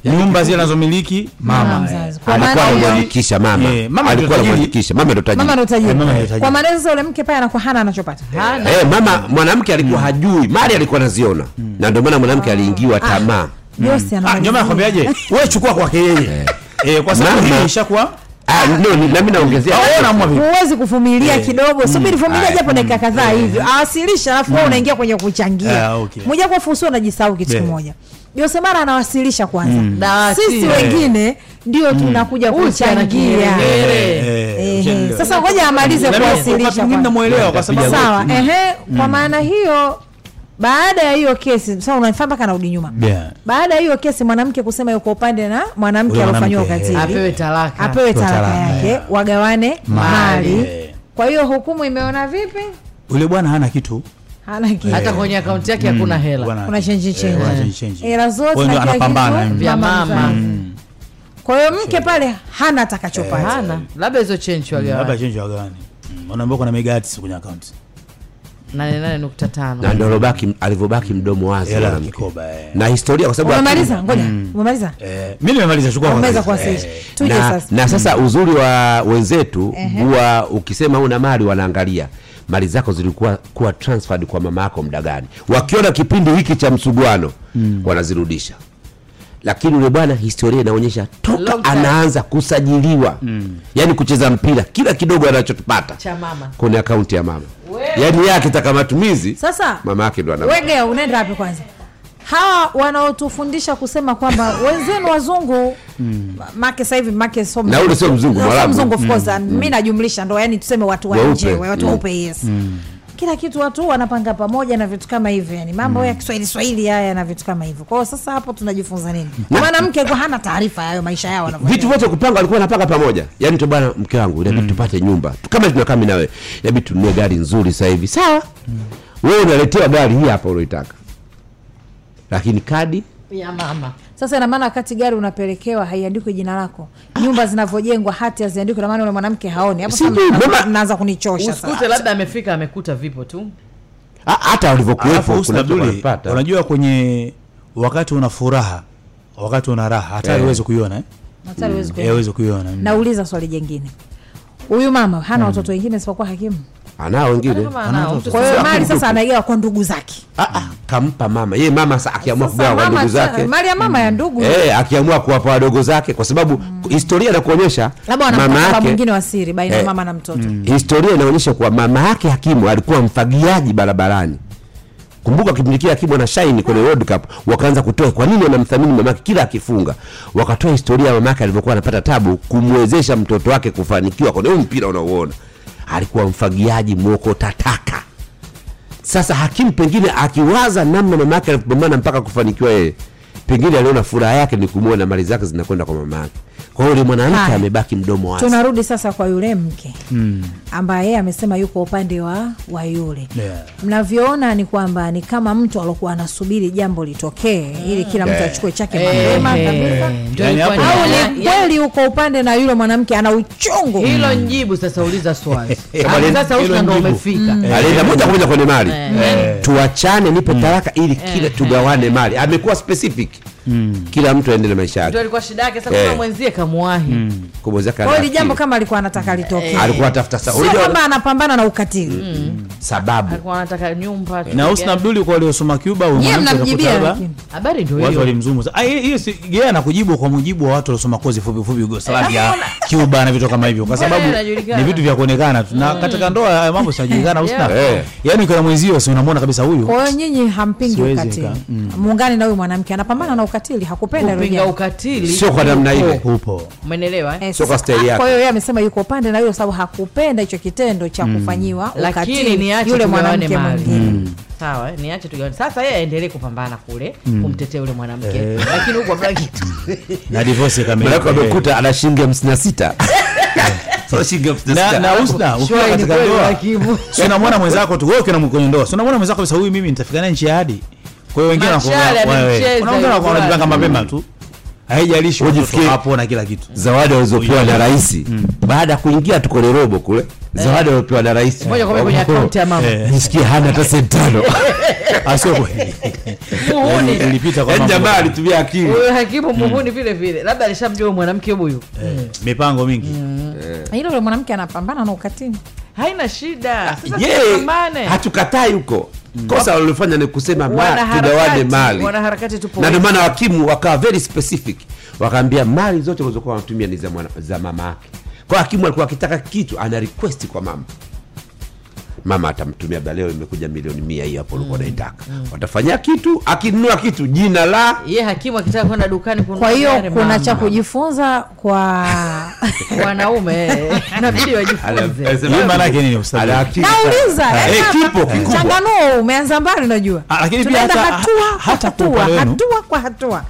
S5: nyumba zile anazomiliki
S2: Mama
S5: mama
S2: Ah, mzazi.
S5: eh.
S2: Kwa
S3: alikuwa
S2: maana hiyo-
S3: anamwandikisha mama
S5: Eh, mama ndio
S3: alikuwa
S5: tajiri.
S3: anamwandikisha mama ndo tajiri
S2: mama ndo tajiri.
S5: Eh, mama ndo tajiri.
S2: kwa maana sasa ule mke pale anakuwa hana anachopata
S1: Hana.
S3: Eh, mama mwanamke
S5: Hmm.
S3: alikuwa hajui mali alikuwa anaziona na ndio maana
S2: Ah.
S3: mwanamke aliingiwa
S2: Hmm.
S3: tamaa
S2: Yosi
S5: Ah, ndio maana
S2: anamalizia.
S5: nakwambiaje wewe chukua kwake yeye eh, kwa sababu
S3: Mama.
S5: hii ishakuwa
S3: Ah, no, ni- nami naongezea
S5: Ah, wewe unaamua vipi?
S2: huwezi kuvumilia
S5: Eh, Mm.
S2: kidogo subiri vumilia
S3: Aya,
S2: japo dakika kadhaa hivyo awasilisha alafu wewe unaingia kwenye kuchangia
S5: Ah, okay.
S2: moja kwa fusi unajisahau kitu
S5: Yeah.
S2: kimoja josemara anawasilisha kwanza
S5: Mm.
S1: Dawasi.
S2: sisi
S1: Eh.
S2: wengine ndio tunakuja
S1: Usi ana
S2: kuchangia
S1: kiherehere.
S5: eh, Yaani
S2: Ehe.
S5: ushaelewa.
S2: sasa ngoja amalize
S5: Labda wakati
S2: kuwasilisha
S5: mwingine
S2: kwanza.
S5: namuelewa kwa sababu Mm.
S2: sawa ehe kwa maana hiyo baada ya hiyo kesi sasa unafaa mpaka narudi nyuma
S5: Yeah.
S2: baada ya hiyo kesi mwanamke kusema yuko upande na mwanamke
S5: Huyo
S2: alofanyiwa
S5: mwanamke,
S2: ukatili
S5: eh.
S1: apewe talaka
S2: apewe
S5: Apewe
S2: talaka
S5: talaka,
S2: yake
S5: yeah.
S2: wagawane
S5: Mali.
S2: mali kwa hiyo hukumu imeona vipi
S5: ule Eh. bwana hana kitu
S2: hana kitu
S1: hata kwenye akaunti yake hakuna hela
S5: Mm. Bwana-
S2: Kuna change,
S5: Eh,
S2: change.
S5: kuna
S2: Eh.
S5: change, change.
S2: hela zote
S5: Kwa hiyo
S2: na
S5: ndio
S2: kila
S5: anapambana
S2: kitu,
S5: mm.
S1: Vya
S2: mama
S1: mama.
S2: mzazi. kwa hiyo mke pale hana atakachopata
S1: Eh, hana
S3: Eh.
S1: labda hizo chenchi
S5: labda
S1: wagawa
S5: change wagawani Mm, unaambiwa kuna megatis kwenye akaunti
S1: nane nane nukta
S3: na
S1: tano
S3: ndio alobaki- alivyobaki mdomo wazi
S5: hela ya
S3: mwanamke
S5: kikoba eh.
S3: na historia kwa sababu Mm.
S2: umemaliza ngoja umemaliza
S5: Eh, mimi nimemaliza chukua
S2: umeweza
S5: kwanza.
S2: kuwasilisha
S5: Eh,
S2: tuje
S3: na,
S2: sasa Mm.
S3: na sasa uzuri wa wenzetu huwa ukisema una mali wanaangalia mali zako zilikuwa kuwa transferred kwa mama yako muda gani wakiona kipindi hiki cha msuguano
S5: Mm.
S3: wanazirudisha lakini yule bwana historia inaonyesha
S1: Long
S3: toka
S1: time.
S3: anaanza kusajiliwa
S5: Mm.
S3: yaani kucheza mpira kila kidogo anachotupata
S1: cha mama
S3: kwenye akaunti ya mama yaani yeye akitaka matumizi
S2: sasa
S3: mama yake ndo ana
S2: wegea unaenda wapi kwanza hawa wanaotufundisha kusema kwamba wenzenu wazungu ma- make sasa hivi make so
S3: Mm. Na ule sio mzungu,
S2: Na sio
S3: Mwarabu.
S2: mzungu of course mimi najumlisha ndo yani tuseme watu wa
S3: Weupe.
S2: nje wa- watu
S3: Mm.
S2: weupe yes kila kitu watu wanapanga pamoja na vitu kama hivyo yani
S3: Mm.
S2: mambo ya Kiswahili Swahili haya na vitu kama hivyo kwa hiyo sasa hapo tunajifunza nini Kwa maana mke alikuwa hana taarifa ya hayo maisha yao wanavyoishi.
S3: vitu vyote kupanga alikuwa anapanga pamoja yaani tu bwana mke wangu inabidi
S2: Mm.
S3: tupate nyumba Tu- kama tunakaa mimi nawe inabidi tununue gari nzuri sasa hivi sawa
S2: Mm.
S3: wewe unaletewa gari hii hapa unaitaka lakini kadi
S1: ya mama
S2: Sasa ina maana wakati gari unapelekewa haiandikwi jina lako, nyumba zinavyojengwa hati haziandikwi, ina maana yule mwanamke haoni. Hapo sasa
S3: Sijui,
S2: mna-
S3: mama-
S2: mnaanza kunichosha
S1: usikute
S2: sasa.
S1: labda amefika amekuta vipo tu
S3: Ha- hata
S5: Alafu
S3: walivyokuwepo kuna
S5: ustabili,
S3: mtu alipata.
S5: unajua kwenye wakati una furaha wakati una raha hata
S3: Eh.
S5: huwezi kuiona eh?
S2: Daktari, huwezi
S5: Eh,
S2: kuelewa.
S5: huwezi kuiona mm.
S2: Nauliza swali jengine, huyu mama hana watoto wengine isipokuwa hakimu?
S3: anao wengine
S1: kama anao
S2: Kwa hiyo
S3: Sasa
S2: mali
S3: hakimu
S2: sasa
S3: yupo.
S2: anaigawa kwa ndugu zake.
S3: Ah, ah, kampa mama ye mama sa akiamua
S2: Sasa
S3: kugawa kwa
S2: mama
S3: ndugu
S2: cha-
S3: zake
S2: mali ya mama ya ndugu Mm.
S3: Eh, akiamua kuwapa wadogo zake kwa sababu historia inakuonyesha
S2: labda wana
S3: mama
S2: mkataba
S3: yake
S2: mwingine wa siri baina ya
S3: Eh.
S2: mama na mtoto.
S3: historia inaonyesha kuwa mama yake hakimu alikuwa mfagiaji barabarani kumbuka kipindi kile hakimu ana shine kwenye world cup wakaanza kutoa kwa nini anamthamini mama yake kila akifunga wakatoa historia ya mama yake alivyokuwa anapata tabu kumwezesha mtoto wake kufanikiwa kwenye huu mpira unaouona alikuwa mfagiaji mwokota taka sasa hakimu pengine akiwaza namna mama yake alivyopambana mpaka kufanikiwa yeye pengine aliona furaha yake ni kumwona mali zake zinakwenda kwa mama yake kwa hiyo yule mwanamke
S2: Haya.
S3: amebaki mdomo wazi Mm.
S2: Tunarudi sasa kwa yule mke ambaye yeye amesema yuko upande wa wa yule
S5: Yeah.
S2: mnavyoona ni kwamba ni kama mtu alokuwa anasubiri jambo litokee ili kila mtu achukue chake
S1: Eh,
S2: mapema kabisa
S1: eh, ndio
S5: Yani
S1: ilikuwa
S5: hapo-
S1: ni-
S2: au
S1: yani-
S2: ni kweli uko upande na yule mwanamke ana uchungu
S1: hilo njibu sasa uliza swali
S3: Kama
S1: Hapo
S3: lile-
S1: Eh, sasa
S5: hilo
S1: usna ndo
S5: njibu.
S1: umefika Eh,
S3: alienda eh, moja kwa moja kwenye mali Eh. tuachane nipe talaka ili kila tugawane mali amekuwa specific kila mtu aende na maisha
S1: ndio
S3: yake
S1: ilikuwa shida yake sasa kuna
S3: Eh.
S1: mwenzie kamwahi
S3: Kumwezeka
S2: kwa hiyo ni
S3: rafiki.
S2: jambo kama alikuwa anataka litokee
S1: Eh.
S3: alikuwa atafuta sa-
S2: sio
S3: unajua-
S2: kwamba anapambana na ukatili
S1: Mm.
S3: sababu
S1: alikuwa anataka nyumba tu.
S5: na Husna Abduli kwa waliosoma Cuba huyu
S2: Nyie
S5: mwanamke alikuta
S2: mnamjibia
S5: labda
S2: lakini.
S1: habari ndio
S5: watu
S1: hiyo
S5: walimzungu Ah, hiyo hiyo si yeye anakujibu kwa mujibu wa watu waliosoma kozi fupi fupi Yugoslavia Cuba na vitu kama hivyo kwa
S1: Mbona
S5: sababu
S1: inajulikana?
S5: ni vitu vya kuonekana tu
S2: Mm.
S5: na katika ndoa haya mambo sinajulikana Husna
S3: Eh.
S5: yaani ukiona mwenzio si unamwona kabisa huyu
S2: kwa hiyo nyinyi hampingi
S5: Siwezi
S2: ukatili
S5: nika- mm.
S2: muungane na huyu mwanamke anapambana na ukatili hakupenda hilo
S1: kupinga
S2: jambo.
S1: ukatili
S3: sio kwa namna
S1: Oh,
S3: ile
S5: upo
S1: umenelewa eh?
S2: Eh,
S3: Sio kwa
S2: sasa-
S3: staili
S2: ah,
S3: yako.
S2: kwa hiyo yeye amesema yuko upande na yule sababu hakupenda hicho kitendo cha
S5: Mm.
S2: kufanyiwa
S1: Lakini
S2: ukatili
S1: niache
S2: yule
S1: tugawane
S2: mwanamke
S1: mali.
S2: mwingine
S3: Mm.
S1: sawa eh, niache tugawane sasa yeye aendelee kupambana kule
S5: Hmm.
S1: kumtetea yule mwanamke
S5: Eh.
S1: lakini huko amna kitu
S5: na divorce kamili
S3: mwanamke amekuta ana shilingi hamsini na sita So shilingi hamsini na
S5: na
S3: sita.
S5: na Husna ukiwa
S1: Shwari ni
S5: katika
S1: kweli
S5: ndoa
S1: hakimu.
S5: si unamwona mwenzako tu wewe ukiona kwenye ndoa si unamwona mwenzako kabisa huyu mimi nitafika naye nchi ya hadi kwa hiyo wengine
S1: Machale
S5: wanakuwa-
S1: amemcheza
S5: wewe.
S1: yule
S5: Unaona
S1: bwana.
S5: wanajipanga mapema tu haijalishi
S3: Wewe
S5: watoto
S3: jifikie-
S5: wapo na kila kitu
S3: zawadi walizopewa na rais baada ya kuingia tuko Nairobi kule zawadi walizopewa na rais
S1: Moja kwa moja kwenye akaunti ya mama.
S5: Eh.
S3: nisikie hana hata senti tano
S5: asio kweli
S1: Muhuni.
S5: Yaani ilipita kwa
S3: Yaani
S5: mambo- Hmm.
S3: jamaa alitumia akili
S1: huyo
S3: Hmm.
S1: hakimu muhuni vile vile labda alishamjua huyo mwanamke huyu Hmm.
S5: Eh, mipango mingi
S2: ila ule mwanamke anapambana na ukatili
S1: haina shida sasa
S3: Yeye,
S1: tupambane
S3: hatukatai huko kosa walilofanya ni kusema ma- tugawane
S1: wanaharakati
S3: mali
S1: wanaharakati tupo
S3: na ndio
S1: wengi.
S3: maana wakimu wakawa very specific wakaambia mali zote walizokuwa wanatumia ni za, mwana, za mama yake kwa hakimu alikuwa akitaka kitu ana request kwa mama mama atamtumia bada leo imekuja milioni mia hiyo
S1: Mm.
S3: hapo ulikuwa unaitaka watafanya kitu akinunua kitu jina la
S1: ye hakimu akitaka kwenda dukani kununua
S2: kwa hiyo
S1: gari,
S2: kuna
S1: mama.
S2: cha kujifunza kwa
S1: wanaume eh, inabidi
S3: eh,
S1: wajifunze
S5: Hii maana yake nini ustadi?
S3: Ana akili sana.
S2: nauliza
S3: Eh,
S2: yaani
S3: kipo
S2: hapa
S3: kikubwa
S2: changanuo umeanza mbali unajua
S5: Ah, lakini pia
S2: tunaenda
S5: hata-
S2: hatua kwa
S5: hata kwa
S2: hatua
S5: upande wenu. Hmm.
S2: hatua kwa hatua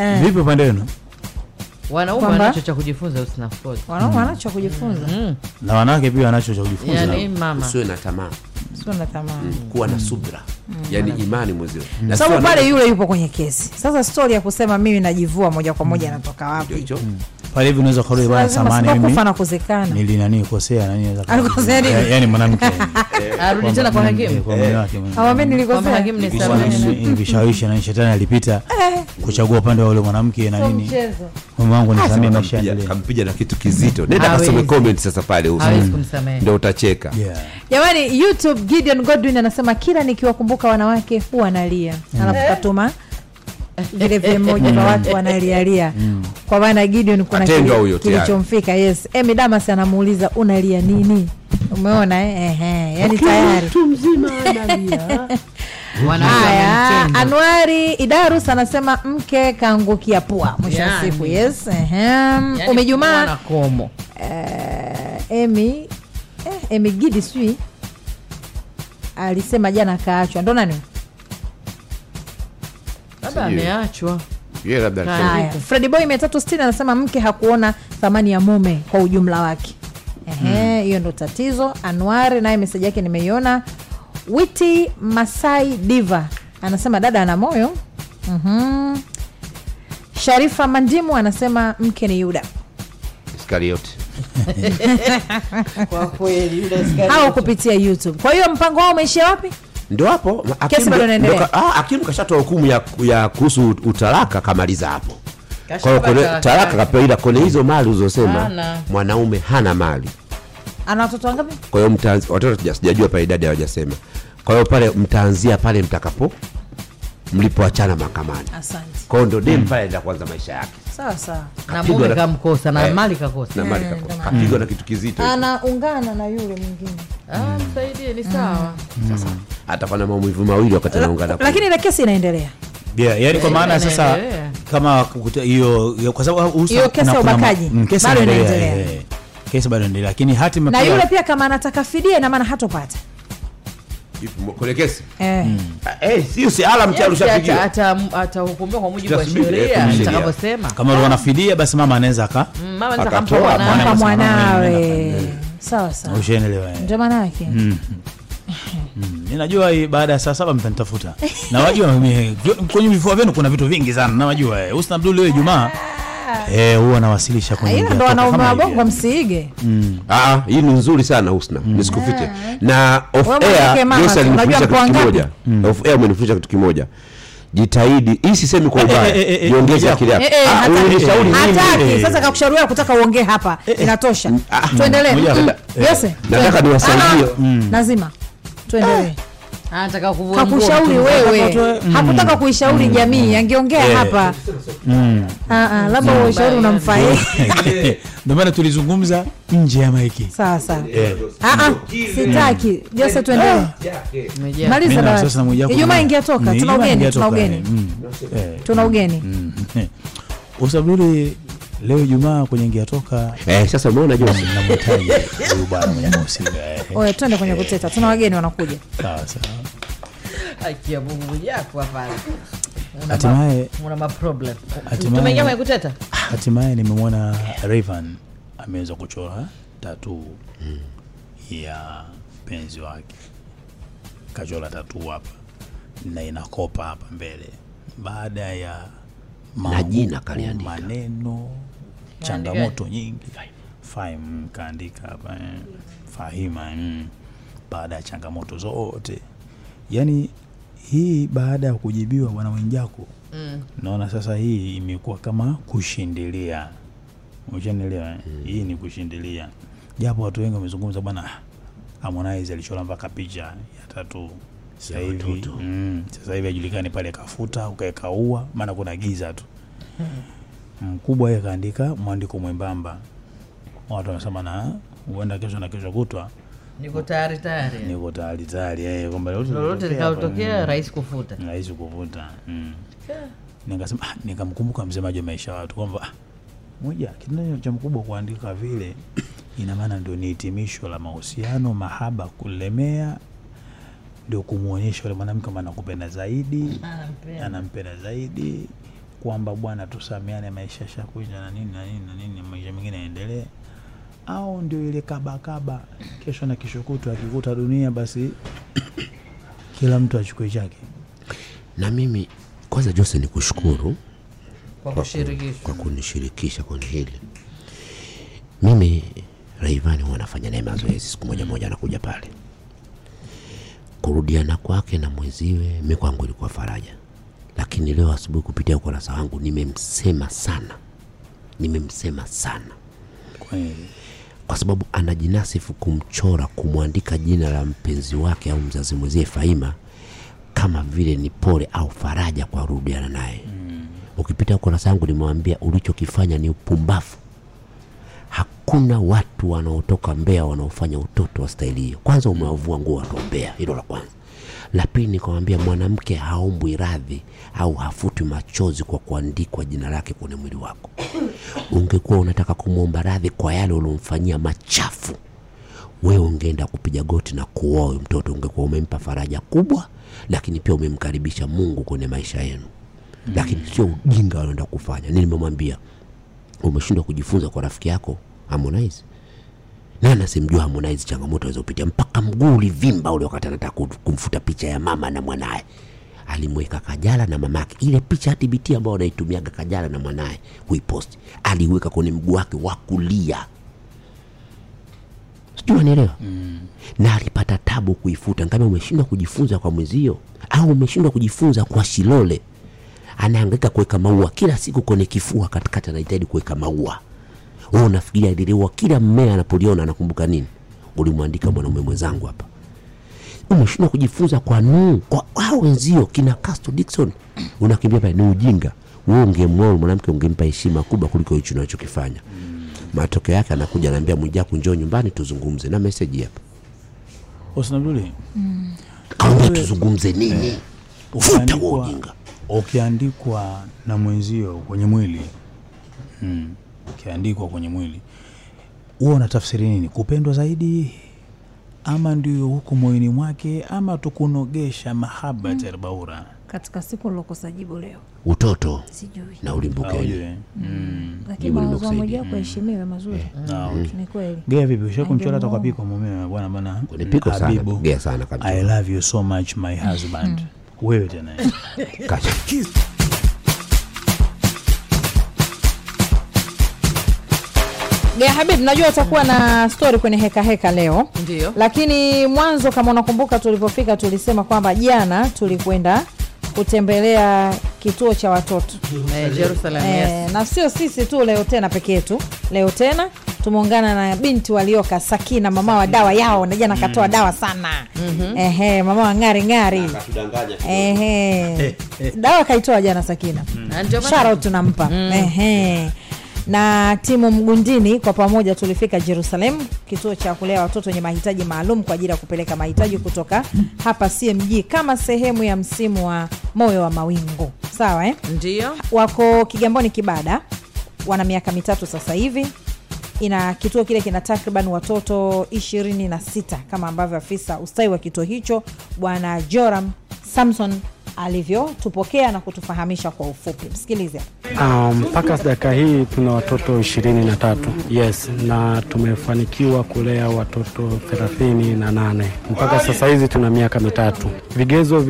S2: Eh.
S5: vipi upande wenu
S1: wanaume
S2: Kwamba?
S1: wanacho cha kujifunza Husna, of course.
S2: wanaume
S3: Hmm.
S2: wanacho kujifunza
S5: na wanawake pia wanacho cha kujifunza
S1: yaani mama Mm.
S3: usiwe na tamaa Mm,
S2: sio na tamaa
S3: kuwa na subra yani imani mwezio Na sio
S2: sababu pale
S3: wanaume-
S2: yule yupo kwenye kesi sasa stori ya kusema mimi najivua moja kwa
S3: Mm.
S2: moja anatoka wapi
S3: Ndio hicho.
S5: pale hivi unaweza ukarudi bana
S2: lazima
S5: samani mimi
S2: kufa na kuzekana
S5: nili nani kosea nani naweza kama-
S2: Alikosea nini?
S5: Ya- yaani mwanamke
S1: arudi tena
S5: Eh,
S1: kwa hakimu
S5: kwa mume wake, mume-
S2: awambe
S1: kwamba
S2: nilikosea
S1: hakimu ni
S5: Kwa
S1: sawa.
S5: nini Ilishawishi na shetani alipita
S2: Eh.
S5: kuchagua upande wa yule mwanamke na
S2: Sio
S5: nini.
S2: mchezo
S5: Mume wangu nisamee,
S3: Kampiga-
S5: maisha yaendelee.
S3: kampiga na kitu kizito nenda
S1: Ah, Hawezi.
S3: kasome comment sasa pale Husna.
S1: Hawezi kumsamehe.
S3: ndio utacheka
S5: Yeah.
S2: jamani youtube gideon godwin anasema kila nikiwakumbuka wanawake huwa nalia
S3: Mm. Eh?
S2: alafu katuma vile vile mmoja kwa watu wanalialia kwa maana gideon kuna
S3: Mm. Atendwa
S2: kili-
S3: huyo tayari.
S2: kilichomfika yes emi damas anamuuliza unalia nini umeona eh? Ehe, yani
S3: Kila
S2: tayari
S3: mtu mzima analia.
S1: Wanaume
S2: haya
S1: wamemtenga.
S2: anuari idarus anasema mke kaangukia pua mwisho wa
S1: Yani.
S2: siku yes ehem.
S1: Yaani wana
S2: Mm, umejumaa
S1: komo
S2: emi eh, emi gidi sijui alisema jana kaachwa ndo nani
S1: labda
S3: Sijui.
S1: ameachwa
S3: Yeye labda
S1: Haya.
S3: alisema,
S2: haya fredi boy mia tatu sitini anasema mke hakuona thamani ya mume kwa ujumla wake
S3: Hmm.
S2: Ehe, hiyo ndo tatizo anuari naye meseji yake nimeiona witi masai diva anasema dada ana moyo Mhm. sharifa mandimu anasema mke ni yuda
S3: Iskarioti.
S1: kwa kweli yule askari
S2: au kupitia youtube kwa hiyo mpango wao umeishia wapi
S3: ndo hapo ma-
S2: Kesi
S3: hakimu-
S2: bado inaendelea.
S3: ndo ka- ah, hakimu kashatoa hukumu ya, ya kuhusu ut- utalaka kamaliza hapo kwa hiyo
S1: Kashapa
S3: kone-
S1: talaka
S3: talaka
S1: yake.
S3: kapewa ila kone hizo mali uzosema
S1: Hana.
S3: mwanaume hana mali
S2: ana watoto wangapi
S3: kwa hiyo mtaanzi- watoto tuja- sijajua pale idadi hawajasema kwa hiyo pale mtaanzia pale mtakapo mlipoachana mahakamani
S2: asante
S3: kwa hiyo ndo dem pale enda kuanza maisha yake
S2: sawa sawa
S1: Mm. na
S3: Kapigwa
S1: mume
S3: na-
S1: kamkosa na
S3: Eh.
S1: mali kakosa
S3: na mali kako- kapigwa na kitu kizito hicho.
S2: anaungana na yule mwingine
S1: Ah, msaidie ni sawa
S3: Hmm. atafanya maumivu mawili wakati anaungana kule.
S2: lakini ile kesi inaendelea
S5: Yeah, yani kwa maana sasa
S1: inaendelea.
S5: kama kukuta- hiyo hiyo- kwa sababu Husna
S2: Hiyo kesi
S5: kuna-
S2: ya
S5: kuna ma-
S2: ubakaji
S5: mm, kesi
S2: bado
S5: inaendelea,
S2: inaendelea.
S5: eh, Kesi bado inaendelea lakini hatima
S2: na
S5: pia-
S2: yule pia kama anataka fidia ina maana hatopata
S3: Ipo- kwenye kesi
S2: eh.
S5: Mm.
S3: Ah, eh, sio si alarm cha
S1: Yes, ata-
S3: rushapigiwa
S1: ata- atahukumiwa kwa mujibu wa
S3: Itasubiri, eh,
S1: sheria
S3: sheria.
S1: atakavyosema
S5: kama alikuwa anafidia basi mama anaweza aka
S1: Mm, mama anaweza
S3: Akatoa,
S1: kampa
S3: mwana-
S1: mwana
S2: kwa
S5: Mama
S2: mwanawe
S5: anaenda
S2: sawa sawa
S5: ushaelewa. eh.
S2: ndio maana yake
S3: Mm.
S5: Mm-hmm. Ninajua hii baada ya saa saba mtanitafuta. Na wajua mimi vyo- kwenye vifua vyenu kuna vitu vingi sana. Na wajua eh, Husna Abdul leo Ijumaa eh huwa anawasilisha kwenye njia
S2: ila Ah, ndo
S5: toka
S2: wanaume
S5: kama hivi,
S2: wabongo
S5: eh.
S2: msiige
S3: Ah, hii ni nzuri sana Husna
S5: Hmm.
S3: nisikufiche na off
S2: Wewe mwanamke
S3: air
S2: mama,
S3: Joyce alinifundisha
S2: unajua
S3: kitu
S2: mpo wangapi?
S3: kimoja off air umenifundisha kitu kimoja jitahidi hii sisemi kwa
S5: eh, eh, eh,
S3: ubaya
S5: eh,
S3: jiongeze akili yako
S2: Eh, eh,
S3: Ah,
S2: hata-
S3: ulinishauri mimi.
S2: hataki
S5: eh.
S2: sasa kakushauria kutaka uongee hapa inatosha
S3: ah,
S2: tuendelee
S3: ngoja,
S2: Mm,
S3: eh,
S2: yes eh.
S3: nataka niwasaidie
S2: Ah, lazima
S5: Eh.
S2: tuendelee
S1: anataka kuvua nguo
S2: kakushauri
S1: mtu.
S2: wewe Mm.
S5: Ataka tu-
S2: hakutaka kuishauri
S5: Mm.
S2: jamii
S5: Eh.
S2: angeongea hapa Ah, ah, labda
S5: Mm.
S2: huo ushauri unamfai
S5: Ndio maana tulizungumza nje ya maiki.
S2: sawa sawa
S5: Eh.
S2: Ah, ah, sitaki jose tuendelee
S1: Umejaa.
S2: maliza
S5: Mimi na
S2: basi
S5: sasa mmoja hapo.
S2: ijumaa ingiatoka
S5: Ni
S2: tuna
S5: Ijumaa
S2: ugeni
S5: ingetoka,
S2: tuna ugeni
S5: eh, mm.
S2: tuna ugeni
S5: Eh. Usabduri leo Ijumaa kwenye ingia toka
S3: eh sasa umeona Joyce
S5: namhitaji huyu bwana mwenye mhusika. eh.
S2: oya twende kwenye kuteta tuna wageni wanakuja
S5: Sawa sawa.
S1: Haki ya Mungu yako hapana. Una ma-
S5: Hatimaye
S1: una maproblem
S5: Hatimaye- Eh,
S1: tumeingia kwenye kuteta
S5: hatimaye nimemwona Rayvanny ameweza kuchora tatu
S10: Mm.
S5: ya mpenzi wake, kachora tatu hapa na inakopa hapa mbele, baada ya
S9: na jina
S5: magumu,
S9: kaliandika
S5: maneno changamoto nyingi fahim kaandika hapa eh. fahima mm. baada ya changamoto zote yani hii baada ya kujibiwa bwana Mwijaku mm. naona sasa hii imekuwa kama kushindilia umeshanielewa eh?
S9: Mm.
S5: hii ni kushindilia japo watu wengi wamezungumza bwana ah, Harmonize alichora mpaka picha ya tatu sasa hivi mm, sasa hivi ajulikani pale kafuta ukaekaua maana kuna giza tu mkubwa yeye kaandika mwandiko mwembamba watu wanasema na huenda kesho na kesho kutwa
S1: niko tayari tayari
S5: niko tayari tayari eh, kwamba
S1: Eh. lolote likalotokea rahisi kufuta
S5: mm. rahisi kuvuta mm. nikasema ah, nikamkumbuka msemaji wa maisha ya watu kwamba ah, moja kitendo cha mkubwa kuandika vile ina maana ndio ni hitimisho la mahusiano mahaba kulemea ndio kumwonyesha yule mwanamke kwamba nakupenda zaidi anampenda zaidi kwamba bwana tusameane maisha shakuja na nini na nini na nini maisha mengine yaendelee au ndio ile kabakaba kesho na kesho kutwa akikuta dunia basi kila mtu achukue chake
S9: na mimi kwanza jose ni
S3: Mm.
S9: kushukuru
S1: kwa
S9: kwa ku- kwa
S1: kushirikishwa
S9: kunishirikisha kwenye hili mimi raivani huwa nafanya naye mazoezi siku moja moja anakuja pale kurudiana kwake na mwenziwe mi kwangu ilikuwa faraja lakini leo asubuhi kupitia ukurasa wangu nimemsema sana nimemsema sana
S5: kweli
S9: kwa sababu anajinasifu kumchora kumwandika jina la mpenzi wake au mzazi mwenzie Faima kama vile ni pole au faraja kwa rudiana naye mm. ukipita ukurasa wangu nimewambia ulichokifanya ni upumbavu hakuna watu wanaotoka Mbeya wanaofanya utoto wa staili hiyo. Kwanza umewavua nguo watu wa Mbeya, hilo la kwanza. La pili nikamwambia mwanamke haombwi radhi au hafutwi machozi kwa kuandikwa jina lake kwenye mwili wako. Ungekuwa unataka kumwomba radhi kwa yale uliomfanyia machafu, wewe ungeenda kupiga goti na kuoa huyo mtoto, ungekuwa umempa faraja kubwa, lakini pia umemkaribisha Mungu kwenye maisha yenu, lakini sio ujinga unaenda kufanya. Nini nimemwambia umeshindwa kujifunza kwa rafiki yako Harmonize. Nani asimjua Harmonize changamoto alizopitia mpaka mguu ulivimba ule wakati anataka ku- kumfuta picha ya mama na mwanaye. Alimweka Kajala na mamake, ile picha ya TBT ambayo anaitumiaga Kajala na mwanaye kuiposti, aliweka kwenye mguu wake wa kulia, sijui unanielewa mm. na alipata tabu kuifuta. Kama umeshindwa kujifunza kwa mwenzio au umeshindwa kujifunza kwa Shilole, anaangaika kuweka maua kila siku kwenye kifua katikati, anahitaji kuweka maua. Wewe unafikiria aliliwa kila mmea anapoliona anakumbuka nini? Ulimwandika mwanaume mwenzangu hapa. Umeshindwa kujifunza kwa nuu kwa hao wenzio kina Castro Dixon, unakimbia pale, ni ujinga. Wewe ungemwoa mwanamke, ungempa heshima kubwa kuliko hicho unachokifanya. Matokeo yake anakuja anaambia Mwijaku, njoo nyumbani tuzungumze, na meseji hapa
S5: Husna Abduli
S9: kaambia tuzungumze nini? Futa huo
S5: Eh. ukiandikwa-
S9: ujinga.
S5: ukiandikwa na mwenzio kwenye mwili mm, ukiandikwa kwenye mwili huwa unatafsiri nini kupendwa zaidi ama ndio huko moyoni mwake ama tukunogesha mahaba mm. terbaura
S2: katika siku ulokosa jibu leo
S9: Utoto
S2: sijui
S9: na ulimbukeni
S5: Ujue. Mm.
S2: lakini
S9: jibu
S2: mawazo ya
S9: limekusaidia.
S2: Mwijaku yaheshimiwe mazuri
S5: Ah, okay.
S2: ni kweli
S5: Gea vipi ushakumchora hata
S2: Angemuoa.
S5: kwa piko mumewe bwana bana
S9: Kwenye piko sana,
S5: Habibu,
S9: Gea sana kabisa.
S5: I love you so much my husband
S10: Mm.
S5: wewe tena eh.
S9: Kasha.
S2: Gea Habib, najua utakuwa na story kwenye heka heka leo
S1: Ndiyo.
S2: lakini mwanzo kama unakumbuka tulipofika tulisema kwamba jana tulikwenda kutembelea kituo cha watoto
S1: Eh, Jerusalem yes.
S2: Eh, na sio sisi tu leo tena peke yetu leo tena tumeungana na binti walioka sakina mama wa dawa yao na jana akatoa dawa sana
S1: Mhm.
S2: Ehe, mama wa ngari ngari Ehe. dawa kaitoa jana sakina
S1: Na ndio maana- Mm.
S2: sharo tunampa Ehe. na timu mgundini kwa pamoja tulifika jerusalem kituo cha kulea watoto wenye mahitaji maalum kwa ajili ya kupeleka mahitaji kutoka hapa cmg kama sehemu ya msimu wa moyo wa mawingu sawa eh?
S1: Ndiyo.
S2: wako kigamboni kibada wana miaka mitatu sasa hivi ina kituo kile kina takriban watoto 26 kama ambavyo afisa ustawi wa kituo hicho bwana joram samson alivyotupokea na kutufahamisha kwa ufupi. Msikilize.
S10: Ah, mpaka dakika hii tuna watoto ishirini na tatu yes, na tumefanikiwa kulea watoto thelathini na nane mpaka sasa hizi tuna miaka mitatu. Vigezo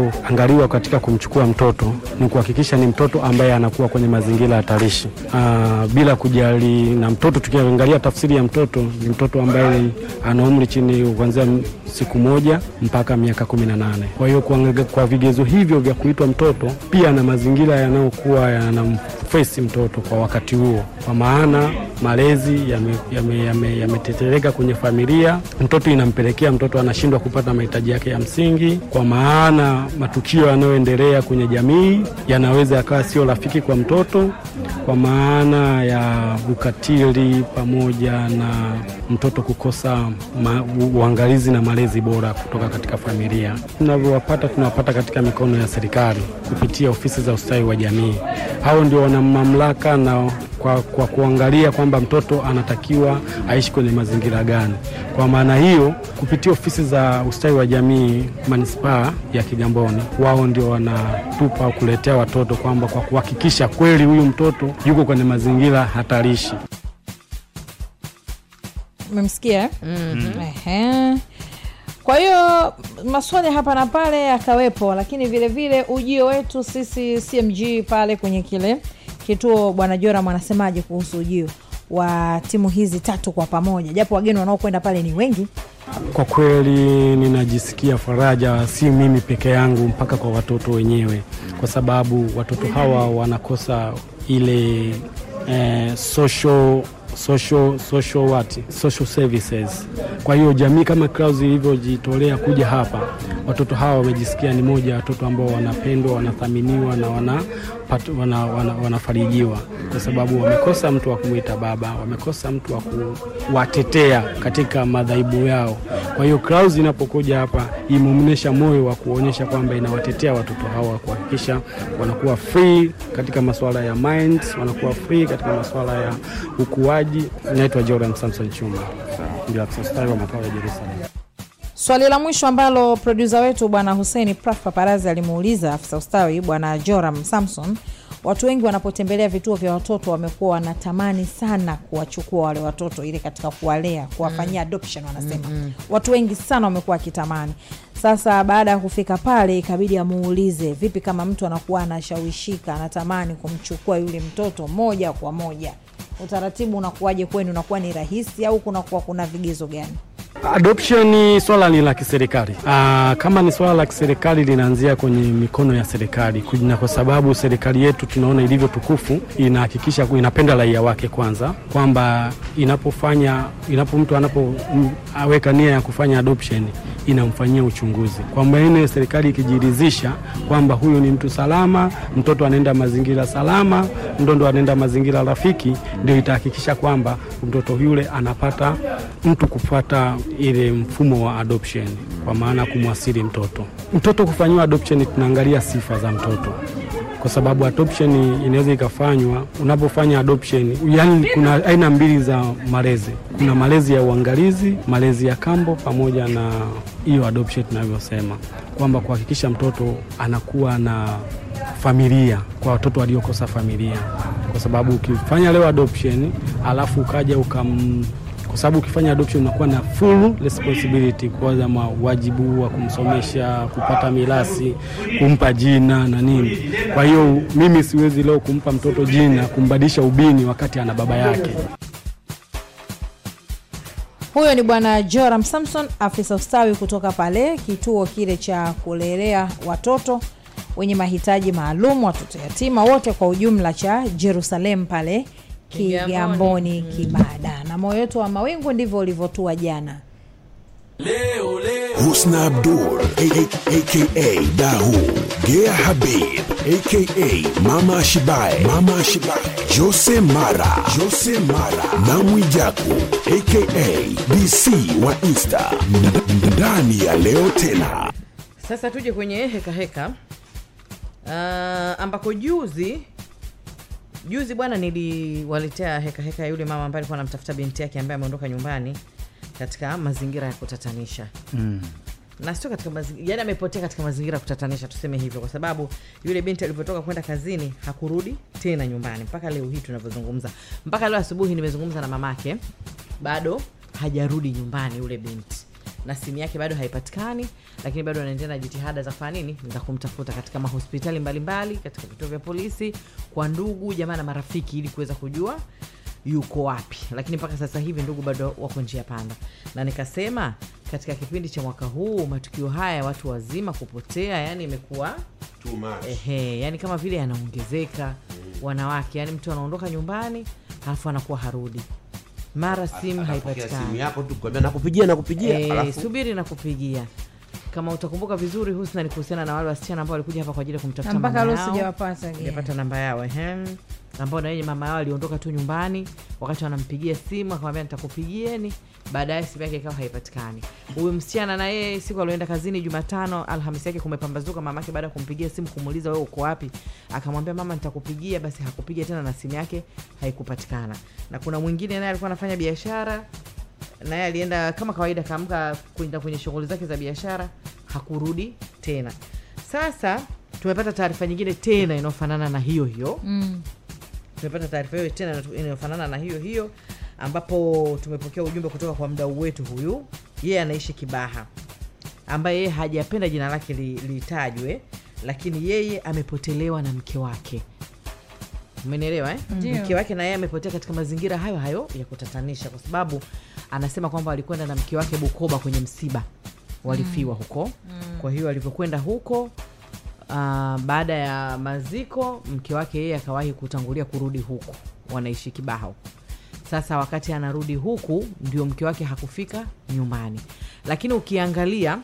S10: vinavyoangaliwa katika kumchukua mtoto ni kuhakikisha ni mtoto ambaye anakuwa kwenye mazingira hatarishi, ah, bila kujali na mtoto. Tukiangalia tafsiri ya mtoto, ni mtoto ambaye ana umri chini kuanzia m- siku moja mpaka miaka kumi na nane. Kwa hiyo kuangalia kwa vigezo hivyo vya kuitwa mtoto, pia na mazingira yanayokuwa yanamfesi mtoto kwa wakati huo, kwa maana malezi yametetereka yame, yame, yametetereka kwenye familia. Mtoto inampelekea mtoto anashindwa kupata mahitaji yake ya msingi, kwa maana matukio yanayoendelea kwenye jamii yanaweza yakawa sio rafiki kwa mtoto, kwa maana ya ukatili pamoja na mtoto kukosa ma, u- uangalizi na malezi bora kutoka katika familia. Tunavyowapata tunawapata katika mikono ya serikali kupitia ofisi za ustawi wa jamii. Hao ndio wana mamlaka na kwa, kwa kuangalia kwamba mtoto anatakiwa aishi kwenye mazingira gani. Kwa maana hiyo, kupitia ofisi za ustawi wa jamii manispaa ya Kigamboni, wao ndio wanatupa au kuletea watoto kwamba kwa kuhakikisha kweli huyu mtoto yuko kwenye mazingira hatarishi.
S2: Umemsikia? mm Kwa hiyo maswali hapa na pale yakawepo, lakini vile vile ujio wetu sisi CMG pale kwenye kile kituo, Bwana Joram anasemaje kuhusu ujio wa timu hizi tatu kwa pamoja, japo wageni wanaokwenda pale ni wengi.
S10: Kwa kweli ninajisikia faraja, si mimi peke yangu, mpaka kwa watoto wenyewe, kwa sababu watoto hawa wanakosa ile eh, social social social what social services. Kwa hiyo jamii kama Clouds ilivyojitolea kuja hapa, watoto hawa wamejisikia ni moja ya watoto ambao wanapendwa, wanathaminiwa na wana pat- wana, wana, wanafarijiwa kwa sababu wamekosa mtu wa kumwita baba, wamekosa mtu wa kuwatetea katika madhaibu yao. Kwa hiyo Clouds inapokuja hapa imeonyesha moyo wa kuonyesha kwamba inawatetea watoto hawa, kuhakikisha wanakuwa free katika masuala ya minds, wanakuwa free katika masuala ya ukuaji. Naitwa Jordan Samson Chuma, bila kusahau wa makao ya Jerusalem.
S2: Swali la mwisho ambalo produsa wetu bwana Hussein Praf Paparazi alimuuliza afisa ustawi bwana Joram Samson, watu wengi wanapotembelea vituo vya watoto wamekuwa wanatamani sana kuwachukua wale watoto ile katika kuwalea, kuwafanyia adoption wanasema
S11: Mm-hmm.
S2: watu wengi sana wamekuwa wakitamani. Sasa baada ya kufika pale, ikabidi amuulize vipi kama mtu anakuwa anashawishika, anatamani kumchukua yule mtoto moja kwa moja, utaratibu unakuwaje kwenu? Unakuwa ni rahisi au kunakuwa kuna vigezo gani?
S10: Adoption ni swala ni la kiserikali. Aa, Ah, kama ni swala la kiserikali linaanzia kwenye mikono ya serikali, Ku- na kwa sababu serikali yetu tunaona ilivyo tukufu, inahakikisha ku- inapenda raia wake kwanza, kwamba inapofanya inapo mtu anapo m- aweka nia ya kufanya adoption inamfanyia uchunguzi, kwamba ene serikali ikijiridhisha kwamba huyu ni mtu salama, mtoto anaenda mazingira salama, mtoto anaenda mazingira rafiki, ndio itahakikisha kwamba mtoto yule anapata mtu kufuata ile mfumo wa adoption, kwa maana kumwasili mtoto. Mtoto kufanyiwa adoption, tunaangalia sifa za mtoto kwa sababu adoption inaweza ikafanywa unapofanya adoption, yani kuna aina mbili za malezi. Kuna malezi ya uangalizi, malezi ya kambo, pamoja na hiyo adoption tunavyosema kwamba kuhakikisha mtoto anakuwa na familia, kwa watoto waliokosa familia, kwa sababu ukifanya leo adoption alafu ukaja ukam kwa sababu ukifanya adoption unakuwa na full responsibility kuwaza wajibu wa kumsomesha, kupata mirasi, kumpa jina na nini. Kwa hiyo mimi siwezi leo kumpa mtoto jina, kumbadilisha ubini wakati ana baba yake.
S2: Huyo ni Bwana Joram Samson, afisa ustawi kutoka pale kituo kile cha kulelea watoto wenye mahitaji maalum, watoto yatima wote kwa ujumla, cha Jerusalem pale Kigamboni Kibada. Na moyo wetu wa mawingu ndivyo ulivyotua jana.
S6: Husna Abdul, aka Dahu, Gea Habib, aka Mama Shibae, Mama Shibae, Jose Mara, Jose Mara, Namwi Jaku, aka DC wa Insta, ndani ya leo tena.
S1: Sasa tuje kwenye heka heka uh, ambako juzi juzi bwana niliwaletea heka heka ya yule mama ambaye alikuwa anamtafuta binti yake ambaye ameondoka nyumbani katika mazingira ya kutatanisha mm. na sio katika mazingira yani amepotea katika mazingira ya kutatanisha tuseme hivyo kwa sababu yule binti alivyotoka kwenda kazini hakurudi tena nyumbani mpaka leo hii tunavyozungumza mpaka leo asubuhi nimezungumza na mamake bado hajarudi nyumbani yule binti na simu yake bado haipatikani lakini bado anaendelea na jitihada za kufanya nini za kumtafuta katika mahospitali mbalimbali katika vituo vya polisi kwa ndugu jamaa na marafiki ili kuweza kujua yuko wapi lakini mpaka sasa hivi ndugu bado wako njia panda na nikasema katika kipindi cha mwaka huu matukio haya ya watu wazima kupotea yani imekuwa
S3: Too much.
S2: Eh,
S1: ehe yani kama vile yanaongezeka
S3: Mm.
S1: wanawake yani mtu anaondoka nyumbani alafu anakuwa harudi mara simu
S3: Anapokea simu
S1: haipatikani
S3: yako tu kwambia nakupigia nakupigia
S1: Eh,
S3: alafu
S1: subiri na kupigia kama utakumbuka vizuri husna ni kuhusiana na wale wasichana ambao walikuja hapa kwa ajili ya kumtafuta
S2: mpaka
S1: mama
S2: leo
S1: yao
S2: sijawapata again.
S1: nipata namba yao ehem ambao na yeye mama yao aliondoka tu nyumbani wakati wanampigia simu akamwambia nitakupigieni baadaye simu yake ikawa haipatikani huyu msichana na yeye siku alioenda kazini jumatano alhamisi yake kumepambazuka mamake baada ya kumpigia simu kumuuliza wewe uko wapi akamwambia mama nitakupigia basi hakupiga tena na simu yake haikupatikana na kuna mwingine naye alikuwa anafanya biashara naye alienda kama kawaida kaamka kwenda kwenye shughuli zake za biashara hakurudi tena sasa tumepata taarifa nyingine tena inayofanana na hiyo hiyo
S2: Mm.
S1: tumepata taarifa hiyo tena inatu- inayofanana na hiyo hiyo ambapo tumepokea ujumbe kutoka kwa mdau wetu huyu yeye anaishi kibaha ambaye yeye hajapenda jina lake li- litajwe lakini yeye amepotelewa na mke wake umenielewa eh?
S2: Ndiyo.
S1: mke wake na yeye amepotea katika mazingira hayo hayo ya kutatanisha kwa sababu anasema kwamba alikwenda na mke wake bukoba kwenye msiba walifiwa huko kwa hiyo alivyokwenda huko uh, baada ya maziko mke wake yeye akawahi kutangulia kurudi huku wanaishi kibaho sasa wakati anarudi huku ndio mke wake hakufika nyumbani lakini ukiangalia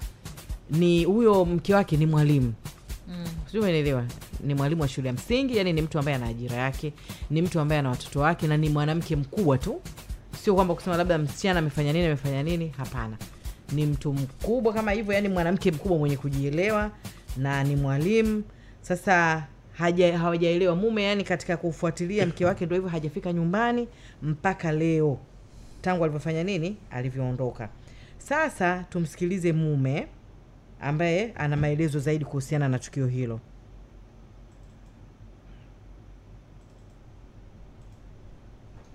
S1: ni huyo mke wake ni mwalimu sijui umenielewa ni mwalimu wa shule ya msingi yani ni mtu ambaye ana ajira yake ni mtu ambaye ana watoto wake na ni mwanamke mkubwa tu sio kwamba kusema labda msichana amefanya nini amefanya nini hapana ni mtu mkubwa kama hivyo yani mwanamke mkubwa mwenye kujielewa na ni mwalimu sasa haja- hawajaelewa mume yani katika kufuatilia mke wake ndo hivyo hajafika nyumbani mpaka leo tangu alivyofanya nini alivyoondoka sasa tumsikilize mume ambaye ana maelezo zaidi kuhusiana na tukio hilo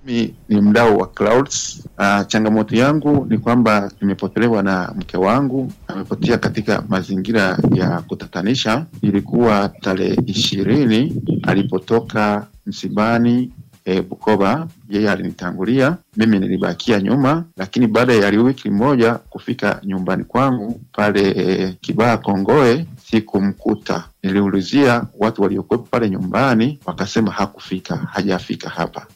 S12: Mimi ni mdau wa Clouds. Uh, changamoto yangu ni kwamba nimepotelewa na mke wangu, amepotea katika mazingira ya kutatanisha. Ilikuwa tarehe ishirini alipotoka msibani e, Bukoba. Yeye alinitangulia, mimi nilibakia nyuma, lakini baada ya wiki moja kufika nyumbani kwangu pale e, Kibaha Kongoe sikumkuta. Niliulizia watu waliokuwepo pale nyumbani, wakasema hakufika, hajafika hapa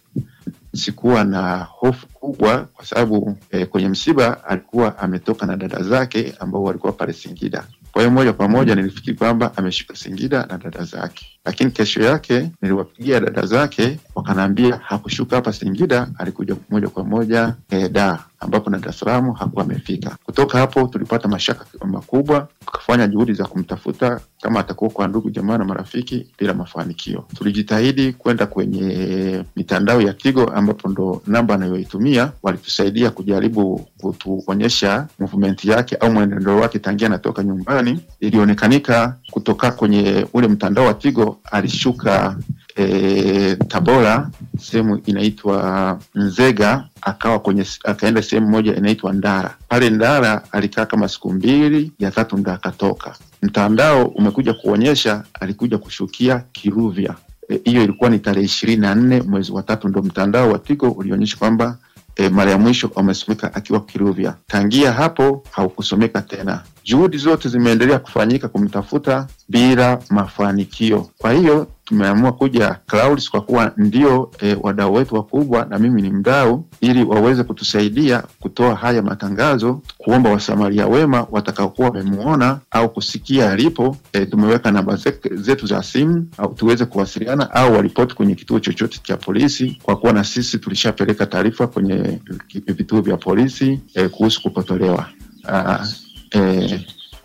S12: sikuwa na hofu kubwa kwa sababu eh, kwenye msiba alikuwa ametoka na dada zake ambao walikuwa pale Singida. Kwa hiyo moja kwa moja nilifikiri kwamba ameshuka Singida na dada zake, lakini kesho yake niliwapigia dada zake wakanaambia hakushuka hapa Singida, alikuja moja kwa moja eh, da ambapo na Dar es Salaam hakuwa amefika. Kutoka hapo tulipata mashaka makubwa, tukafanya juhudi za kumtafuta kama atakuwa kwa ndugu jamaa na marafiki bila mafanikio. Tulijitahidi kwenda kwenye mitandao ya Tigo ambapo ndo namba anayoitumia, walitusaidia kujaribu kutuonyesha movement yake au mwenendo wake tangia anatoka nyumbani. Ilionekanika kutoka kwenye ule mtandao wa Tigo alishuka e, Tabora sehemu inaitwa Nzega akawa kwenye akaenda sehemu moja inaitwa Ndara. Pale Ndara alikaa kama siku mbili, ya tatu ndo akatoka. Mtandao umekuja kuonyesha alikuja kushukia Kiruvya. E, hiyo ilikuwa ni tarehe ishirini na nne mwezi wa tatu, ndo mtandao wa Tigo ulionyesha kwamba e, mara ya mwisho amesomeka akiwa Kiruvya. Tangia hapo haukusomeka tena. Juhudi zote zimeendelea kufanyika kumtafuta bila mafanikio. Kwa hiyo tumeamua kuja Clouds kwa kuwa ndio e, wadau wetu wakubwa na mimi ni mdau, ili waweze kutusaidia kutoa haya matangazo, kuomba wasamaria wema watakaokuwa wamemuona au kusikia alipo. E, tumeweka namba zek- zetu za simu au tuweze kuwasiliana au waripoti kwenye kituo chochote cha polisi, kwa kuwa na sisi tulishapeleka taarifa eh, kwenye vituo vya polisi e, kuhusu kupotolewa. Aa, e, Ah,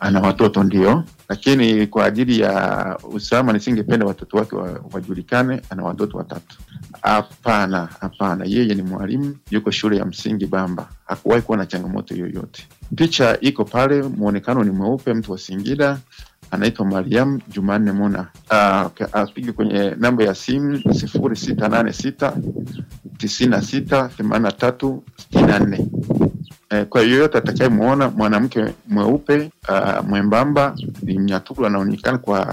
S12: ana watoto ndio, lakini kwa ajili ya usalama nisingependa watoto wake wa, wajulikane. Ana watoto watatu. Hapana, hapana, yeye ni mwalimu, yuko shule ya msingi Bamba, hakuwahi kuwa na changamoto yoyote. Picha iko pale, mwonekano ni mweupe, mtu wa Singida anaitwa Mariam Jumanne Muna. Ah, ka- Apige kwenye namba ya simu sifuri sita nane sita tisini na sita themanini na tatu sitini na nne. Eh, kwa yoyote atakayemwona mwanamke mweupe uh, mwembamba ni Mnyaturu, anaonekana kwa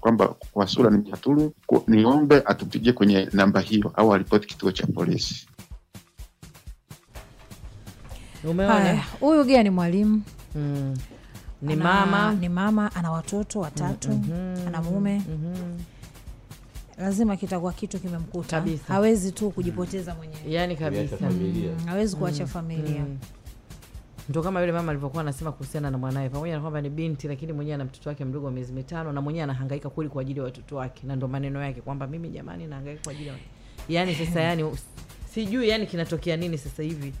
S12: kwamba kwa sura ni Mnyaturu, ku- niombe atupigie kwenye namba hiyo au aripoti kituo cha polisi.
S1: umeona
S2: Haya, huyu gia ni mwalimu
S1: mm. ni
S2: ana-
S1: mama Mm-hmm.
S2: ni mama ana watoto watatu ana mume lazima kitakuwa kitu kimemkuta
S1: Kabisa. Mm-hmm.
S2: hawezi tu kujipoteza mwenyewe
S1: yani kabisa Mm,
S2: hawezi kuacha familia
S1: ndo kama yule mama alivyokuwa anasema kuhusiana na mwanawe pamoja na kwamba ni binti lakini mwenyewe ana mtoto wake mdogo wa miezi mitano na mwenyewe anahangaika kweli kwa ajili ya watoto wake na ndo maneno yake kwamba mimi jamani nahangaika kwa ajili ya yani sasa yani sijui yani kinatokea nini sasa hivi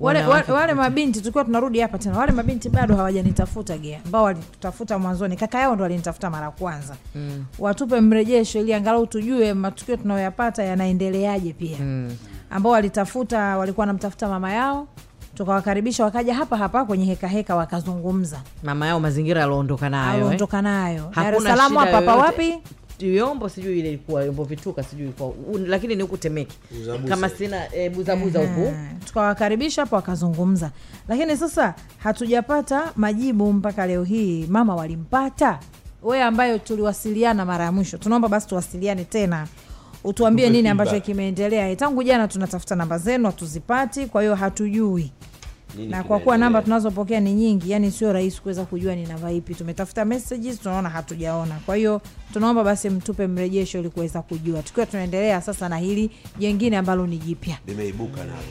S2: wale, wale,
S1: Wanawake- Mm-hmm.
S2: wale mabinti tukiwa tunarudi hapa tena wale mabinti bado hawajanitafuta gea ambao walitutafuta mwanzoni kaka yao ndo walinitafuta mara ya kwanza mm. watupe mrejesho ili angalau tujue matukio tunayoyapata yanaendeleaje pia
S1: Mm-hmm.
S2: mm. ambao walitafuta walikuwa wanamtafuta mama yao tukawakaribisha wakaja hapa hapa kwenye hekaheka wakazungumza
S1: mama yao mazingira alioondoka nayo eh.
S2: aliondoka nayo Dar es
S1: Hakuna
S2: Salaam
S1: shida
S2: hapa hapa
S1: yoyote.
S2: wapi
S1: yombo sijui ile ilikuwa yombo vituka sijui ilikuwa u- lakini ni huku temeki kama sina e, buzabuza huku
S2: Eh, tukawakaribisha hapo wakazungumza lakini sasa hatujapata majibu mpaka leo hii mama walimpata we ambayo tuliwasiliana mara ya mwisho tunaomba basi tuwasiliane tena utuambie nini ambacho kimeendelea Eh, tangu jana tunatafuta namba zenu hatuzipati kwa hiyo hatujui na kwa kuwa namba tunazopokea ni nyingi yani sio rahisi kuweza kujua ni namba ipi tumetafuta messages tunaona hatujaona kwa hiyo tunaomba basi mtupe mrejesho ili kuweza kujua tukiwa tunaendelea sasa na hili jengine ambalo ni jipya Mm.
S3: limeibuka nalo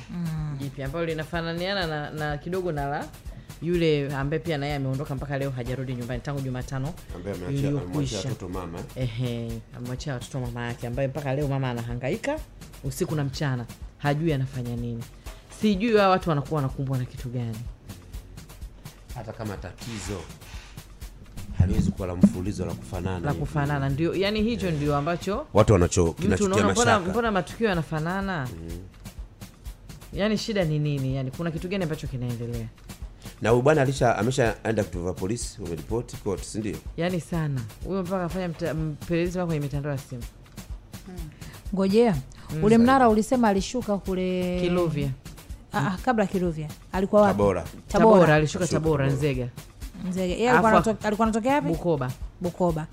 S1: jipya ambayo linafananiana na, na kidogo na la yule ambaye pia naye ameondoka mpaka leo hajarudi nyumbani tangu Jumatano
S3: ambaye ameachia- amemwachia
S1: iliyokwisha.
S3: watoto mama eh.
S1: Ehe, amewachia watoto mama yake ambaye mpaka leo mama anahangaika usiku na mchana, hajui anafanya nini. Sijui hawa watu wanakuwa wanakumbwa na kitu gani.
S3: hata kama tatizo haliwezi kuwa la mfululizo la kufanana
S1: La
S3: hivi.
S1: kufanana ndio, yani hicho ndio ambacho
S3: watu wanacho
S1: mtu
S3: kinachotia
S1: unaona mbona,
S3: mashaka
S1: mbona matukio yanafanana mm. Yaani shida ni nini? Yaani kuna kitu gani ambacho kinaendelea?
S3: na huyu bwana alisha ameshaenda vituo vya polisi wameripoti koti sindio
S1: Yaani sana huyo mpaka afanya mta- mpelelezi wako kwenye mitandao ya simu
S2: ngojea
S1: Mm,
S2: ule mnara ulisema alishuka kule
S1: Kilovya
S2: Ah, ah, kabla kilovya alikuwa wapi?
S3: Tabora.
S1: Tabora,
S2: tabora
S1: alishuka Tabora, Nzega,
S2: Nzega. Yeye alikuwa
S1: Alafu-
S2: anato- alikuwa anatokea wapi
S1: Bukoba Mm.
S2: bukoba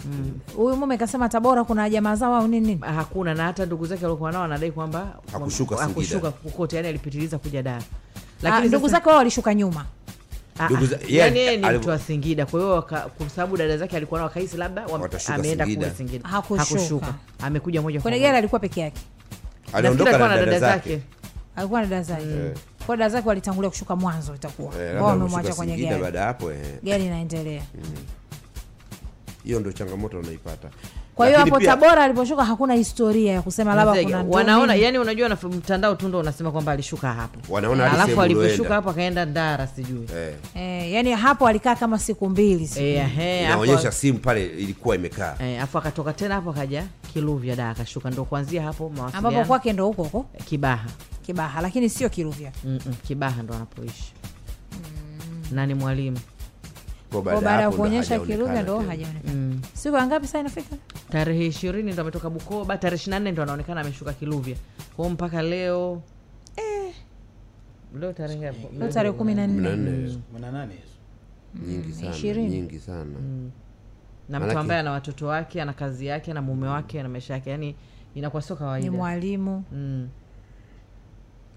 S2: huyu mume kasema tabora kuna jamaa zao au nini nini
S1: hakuna, na hata ndugu zake walikuwa nao wanadai kwamba
S3: Hakushuka
S1: wam-
S3: Singida.
S1: hakushuka kokote, yani alipitiliza kuja Dar,
S2: Ah,
S1: lakini
S2: ndugu
S1: sasa-
S2: zake wao walishuka nyuma
S1: Ah, ah,
S3: Ndugu za- yeye
S1: yani yeye ni
S3: alivo-
S1: mtu wa Singida, kwa hiyo waka- kwa sababu dada zake alikuwa nao wakahisi labda wam-
S3: Watashuka
S1: ameenda kule
S3: Singida.
S1: Singida,
S2: Hakushuka.
S1: amekuja moja kwa
S2: kwenye
S1: moja.
S2: gari alikuwa peke yake
S1: Nafikiri
S3: aliondoka
S1: alikuwa
S3: na dada zake
S2: alikuwa na dada zake kwa dada zake walitangulia kushuka mwanzo itakuwa
S3: Eh,
S2: Wao
S3: labda
S2: wamemwacha
S3: kushuka
S2: kwenye
S3: Singida
S2: gari
S3: baada ya hapo eh, Mm.
S2: gari inaendelea
S3: hiyo ndio changamoto unaipata
S2: kwa hiyo
S3: Lakini
S2: hapo
S3: pia-
S2: tabora aliposhuka hakuna historia ya kusema labda
S1: Nzega,
S2: kuna ndumi.
S1: wanaona yani, unajua naf- mtandao tu ndo unasema kwamba alishuka hapo,
S3: Wanaona hadi
S1: alafu
S3: sehemu
S1: alivyoshuka
S3: ulioenda.
S1: hapo akaenda Ndara, sijui
S3: eh,
S2: eh, yani hapo alikaa kama siku mbili si
S1: Eh, ehe, hapo-
S3: inaonyesha simu pale ilikuwa imekaa
S1: Eh, afu akatoka tena hapo akaja Kiluvya da akashuka, ndo kuanzia hapo
S2: ambapo
S1: mawasiliano
S2: kwake ndo huko huko
S1: Kibaha
S2: kibaha lakini sio kiruvya
S1: Mm-mm, Kibaha ndo anapoishi na ni mwalimu
S3: Kwa
S2: Mm. Kwa baada ya
S3: hapo ndo
S2: kuonyesha
S3: hajaonekana
S2: kiruvya ndo
S3: tena.
S2: hajaonekana
S1: Mm.
S2: siku ya ngapi saa inafika
S1: tarehe ishirini ndo ametoka Bukoba, tarehe ishiri na nne ndo anaonekana ameshuka Kiluvya kwao mpaka leo leo tarehe ngapi?
S2: Eh. leo tarehe kumi na
S3: Kumi na
S2: nne
S3: nne hizo.
S5: Mwananane hizo.
S3: nyingi sana
S2: ishirini.
S3: nyingi sana
S1: Mm, na mtu
S3: Malaki.
S1: ambaye ana watoto wake ana kazi yake na mume wake na maisha yake, yani inakuwa sio
S2: ni
S1: kawaida
S2: mwalimu
S1: mm.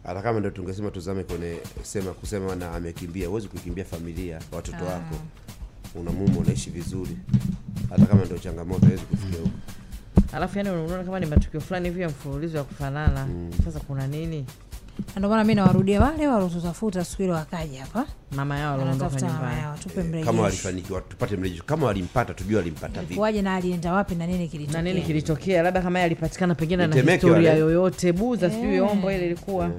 S3: hata kama ndo tungesema tuzame kwenye sema kusema na amekimbia huwezi kukimbia familia
S1: Ah.
S3: watoto wako una mume unaishi vizuri hata kama ndo changamoto hawezi kufikia huko
S1: Alafu yani unaona kama ni matukio fulani hivi ya mfululizo ya kufanana.
S3: Mm.
S1: Sasa kuna nini?
S2: Na ndio maana mi nawarudia wale walotutafuta siku ile wakaja hapa
S1: Mama yao aliondoka
S2: wanatafuta mama
S1: nyumbani
S2: yao tupe
S3: kama
S2: mrejesho
S3: walifanikiwa tupate mrejesho kama walimpata tujue walimpata vipi
S2: kuwaje na alienda wapi na nini
S1: na
S2: kilitokea
S1: nini kilitokea, labda kama yeye alipatikana pengine na
S3: Nitemeke
S1: historia
S3: wale.
S2: Eh.
S3: Eh.
S1: yoyote buza, sijui ombo ile ilikuwa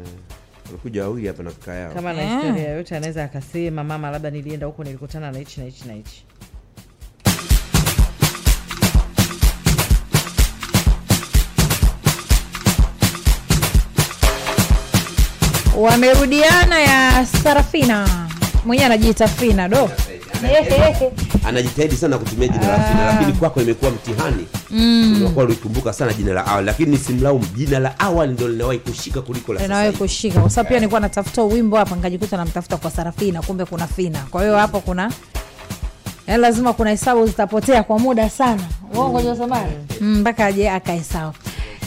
S3: walikuja wawili hapa na kaka yao
S1: kama
S2: Eh.
S1: na historia yoyote anaweza akasema mama labda nilienda huko nilikutana na hichi na hichi na hichi
S2: wamerudiana ya sarafina mwenyewe anajiita fina do
S3: anajitahidi sana kutumia jina la Fina,
S1: Ah.
S3: lakini kwako imekuwa mtihani. Mm. Unakuwa ulikumbuka sana jina la awali, lakini nisimlaumu, jina la awali ndo linawahi kushika kuliko la sasa
S2: nawe
S3: hivi.
S2: kushika kwa sababu pia nilikuwa natafuta wimbo hapa nikajikuta namtafuta kwa sarafina kumbe kuna fina kwa hiyo hapo kuna yaani lazima kuna hesabu zitapotea kwa muda sana uongo josamari Mm, mpaka aje akae sawa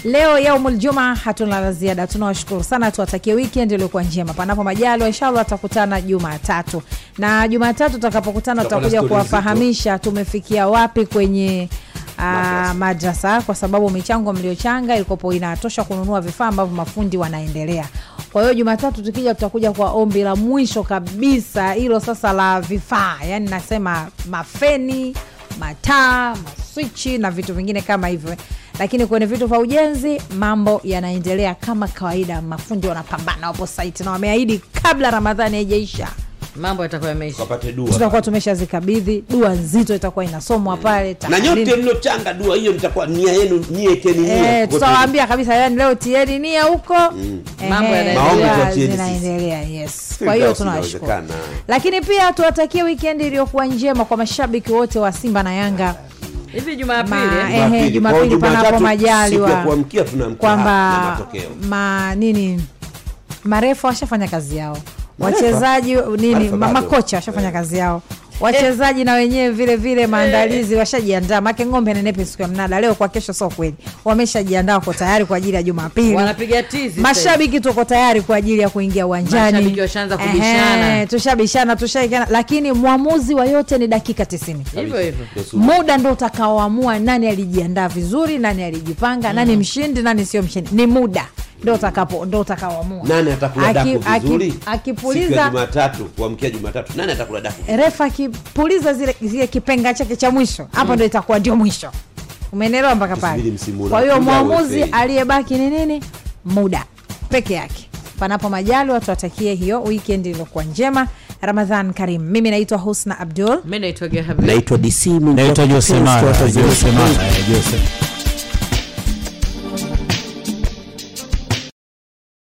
S2: leo yaumul juma hatuna la ziada tunawashukuru sana tuwatakie weekend iliyokuwa njema panapo majalo inshallah tutakutana jumatatu na jumatatu tutakapokutana
S3: Tutakuwa na
S2: tutakuja
S3: story nzito.
S2: kuwafahamisha tumefikia wapi kwenye Ah, madrasa kwa sababu michango mliochanga ilikopo inatosha kununua vifaa ambavyo mafundi wanaendelea kwa hiyo jumatatu tukija tutakuja kwa ombi la mwisho kabisa hilo sasa la vifaa yaani nasema mafeni mataa maswichi na vitu vingine kama hivyo lakini kwenye vitu vya ujenzi mambo yanaendelea kama kawaida mafundi wanapambana wapo site na wameahidi kabla ramadhani haijaisha
S1: mambo yatakuwa yameisha
S3: Kapate dua Mm.
S2: tutakuwa tumeshazikabidhi dua nzito itakuwa inasomwa pale
S3: na
S2: tahlili.
S3: nyote mliochanga dua hiyo, nitakuwa nia yenu, niekeni nia
S2: Eh, tutawaambia kabisa yani leo tieni nia huko Ehe,
S1: Mambo yanaendelea.
S3: Maombi
S2: dua
S3: tuachieni sisi.
S2: zinaendelea yes kwa hiyo tunawashukuru
S3: tunawashukuru
S2: lakini pia tuwatakie wikendi iliyokuwa njema kwa mashabiki wote wa simba na yanga
S1: hivi
S2: Ma-
S1: Jumapili
S2: eh. Ehe, Jumapili panapo majaliwa.
S3: kuamkia tunaamkia hapa na
S2: kwamba
S3: matokeo.
S2: ma nini marefu washafanya kazi yao wachezaji nini
S3: Marefa
S2: ma-
S3: bado.
S2: makocha washafanya kazi yao wachezaji na wenyewe vile vile maandalizi washajiandaa make ng'ombe nenepe siku ya mnada leo kwa kesho sio kweli wameshajiandaa wako tayari kwa ajili ya jumapili
S1: wanapiga tizi sasa.
S2: mashabiki tuko tayari kwa ajili ya kuingia uwanjani
S1: Mashabiki washaanza
S2: Ehe,
S1: kubishana.
S2: tushabishana tushaikana lakini mwamuzi wa yote ni dakika tisini
S1: hivyo hivyo
S2: muda ndo utakaoamua nani alijiandaa vizuri nani alijipanga
S1: Mm.
S2: nani mshindi nani sio mshindi ni muda ndo utakapo ndo utakaoamua
S3: Nani atakula daku
S2: Aki- aki-
S3: vizuri?
S2: akipuliza- Eh,
S3: Siku ya Jumatatu, kuamkia Jumatatu, nani atakula daku?
S2: refa akipuliza zile, zile kipenga chake cha mwisho hapo
S3: Mm.
S2: ndo itakuwa ndio mwisho umeenelewa mpaka
S3: Tusubiri
S2: pale
S3: msimu
S2: kwa hiyo
S3: unakuja
S2: mwamuzi
S3: uwe safe.
S2: aliyebaki ni nini muda peke yake panapo majali watu watakie hiyo weekend iliyokuwa njema ramadhan karim mimi naitwa husna abdul
S1: mi naitwaga habibi
S3: Naitwa DC,
S5: naitwa Josemara, Josemara, eh, Jose-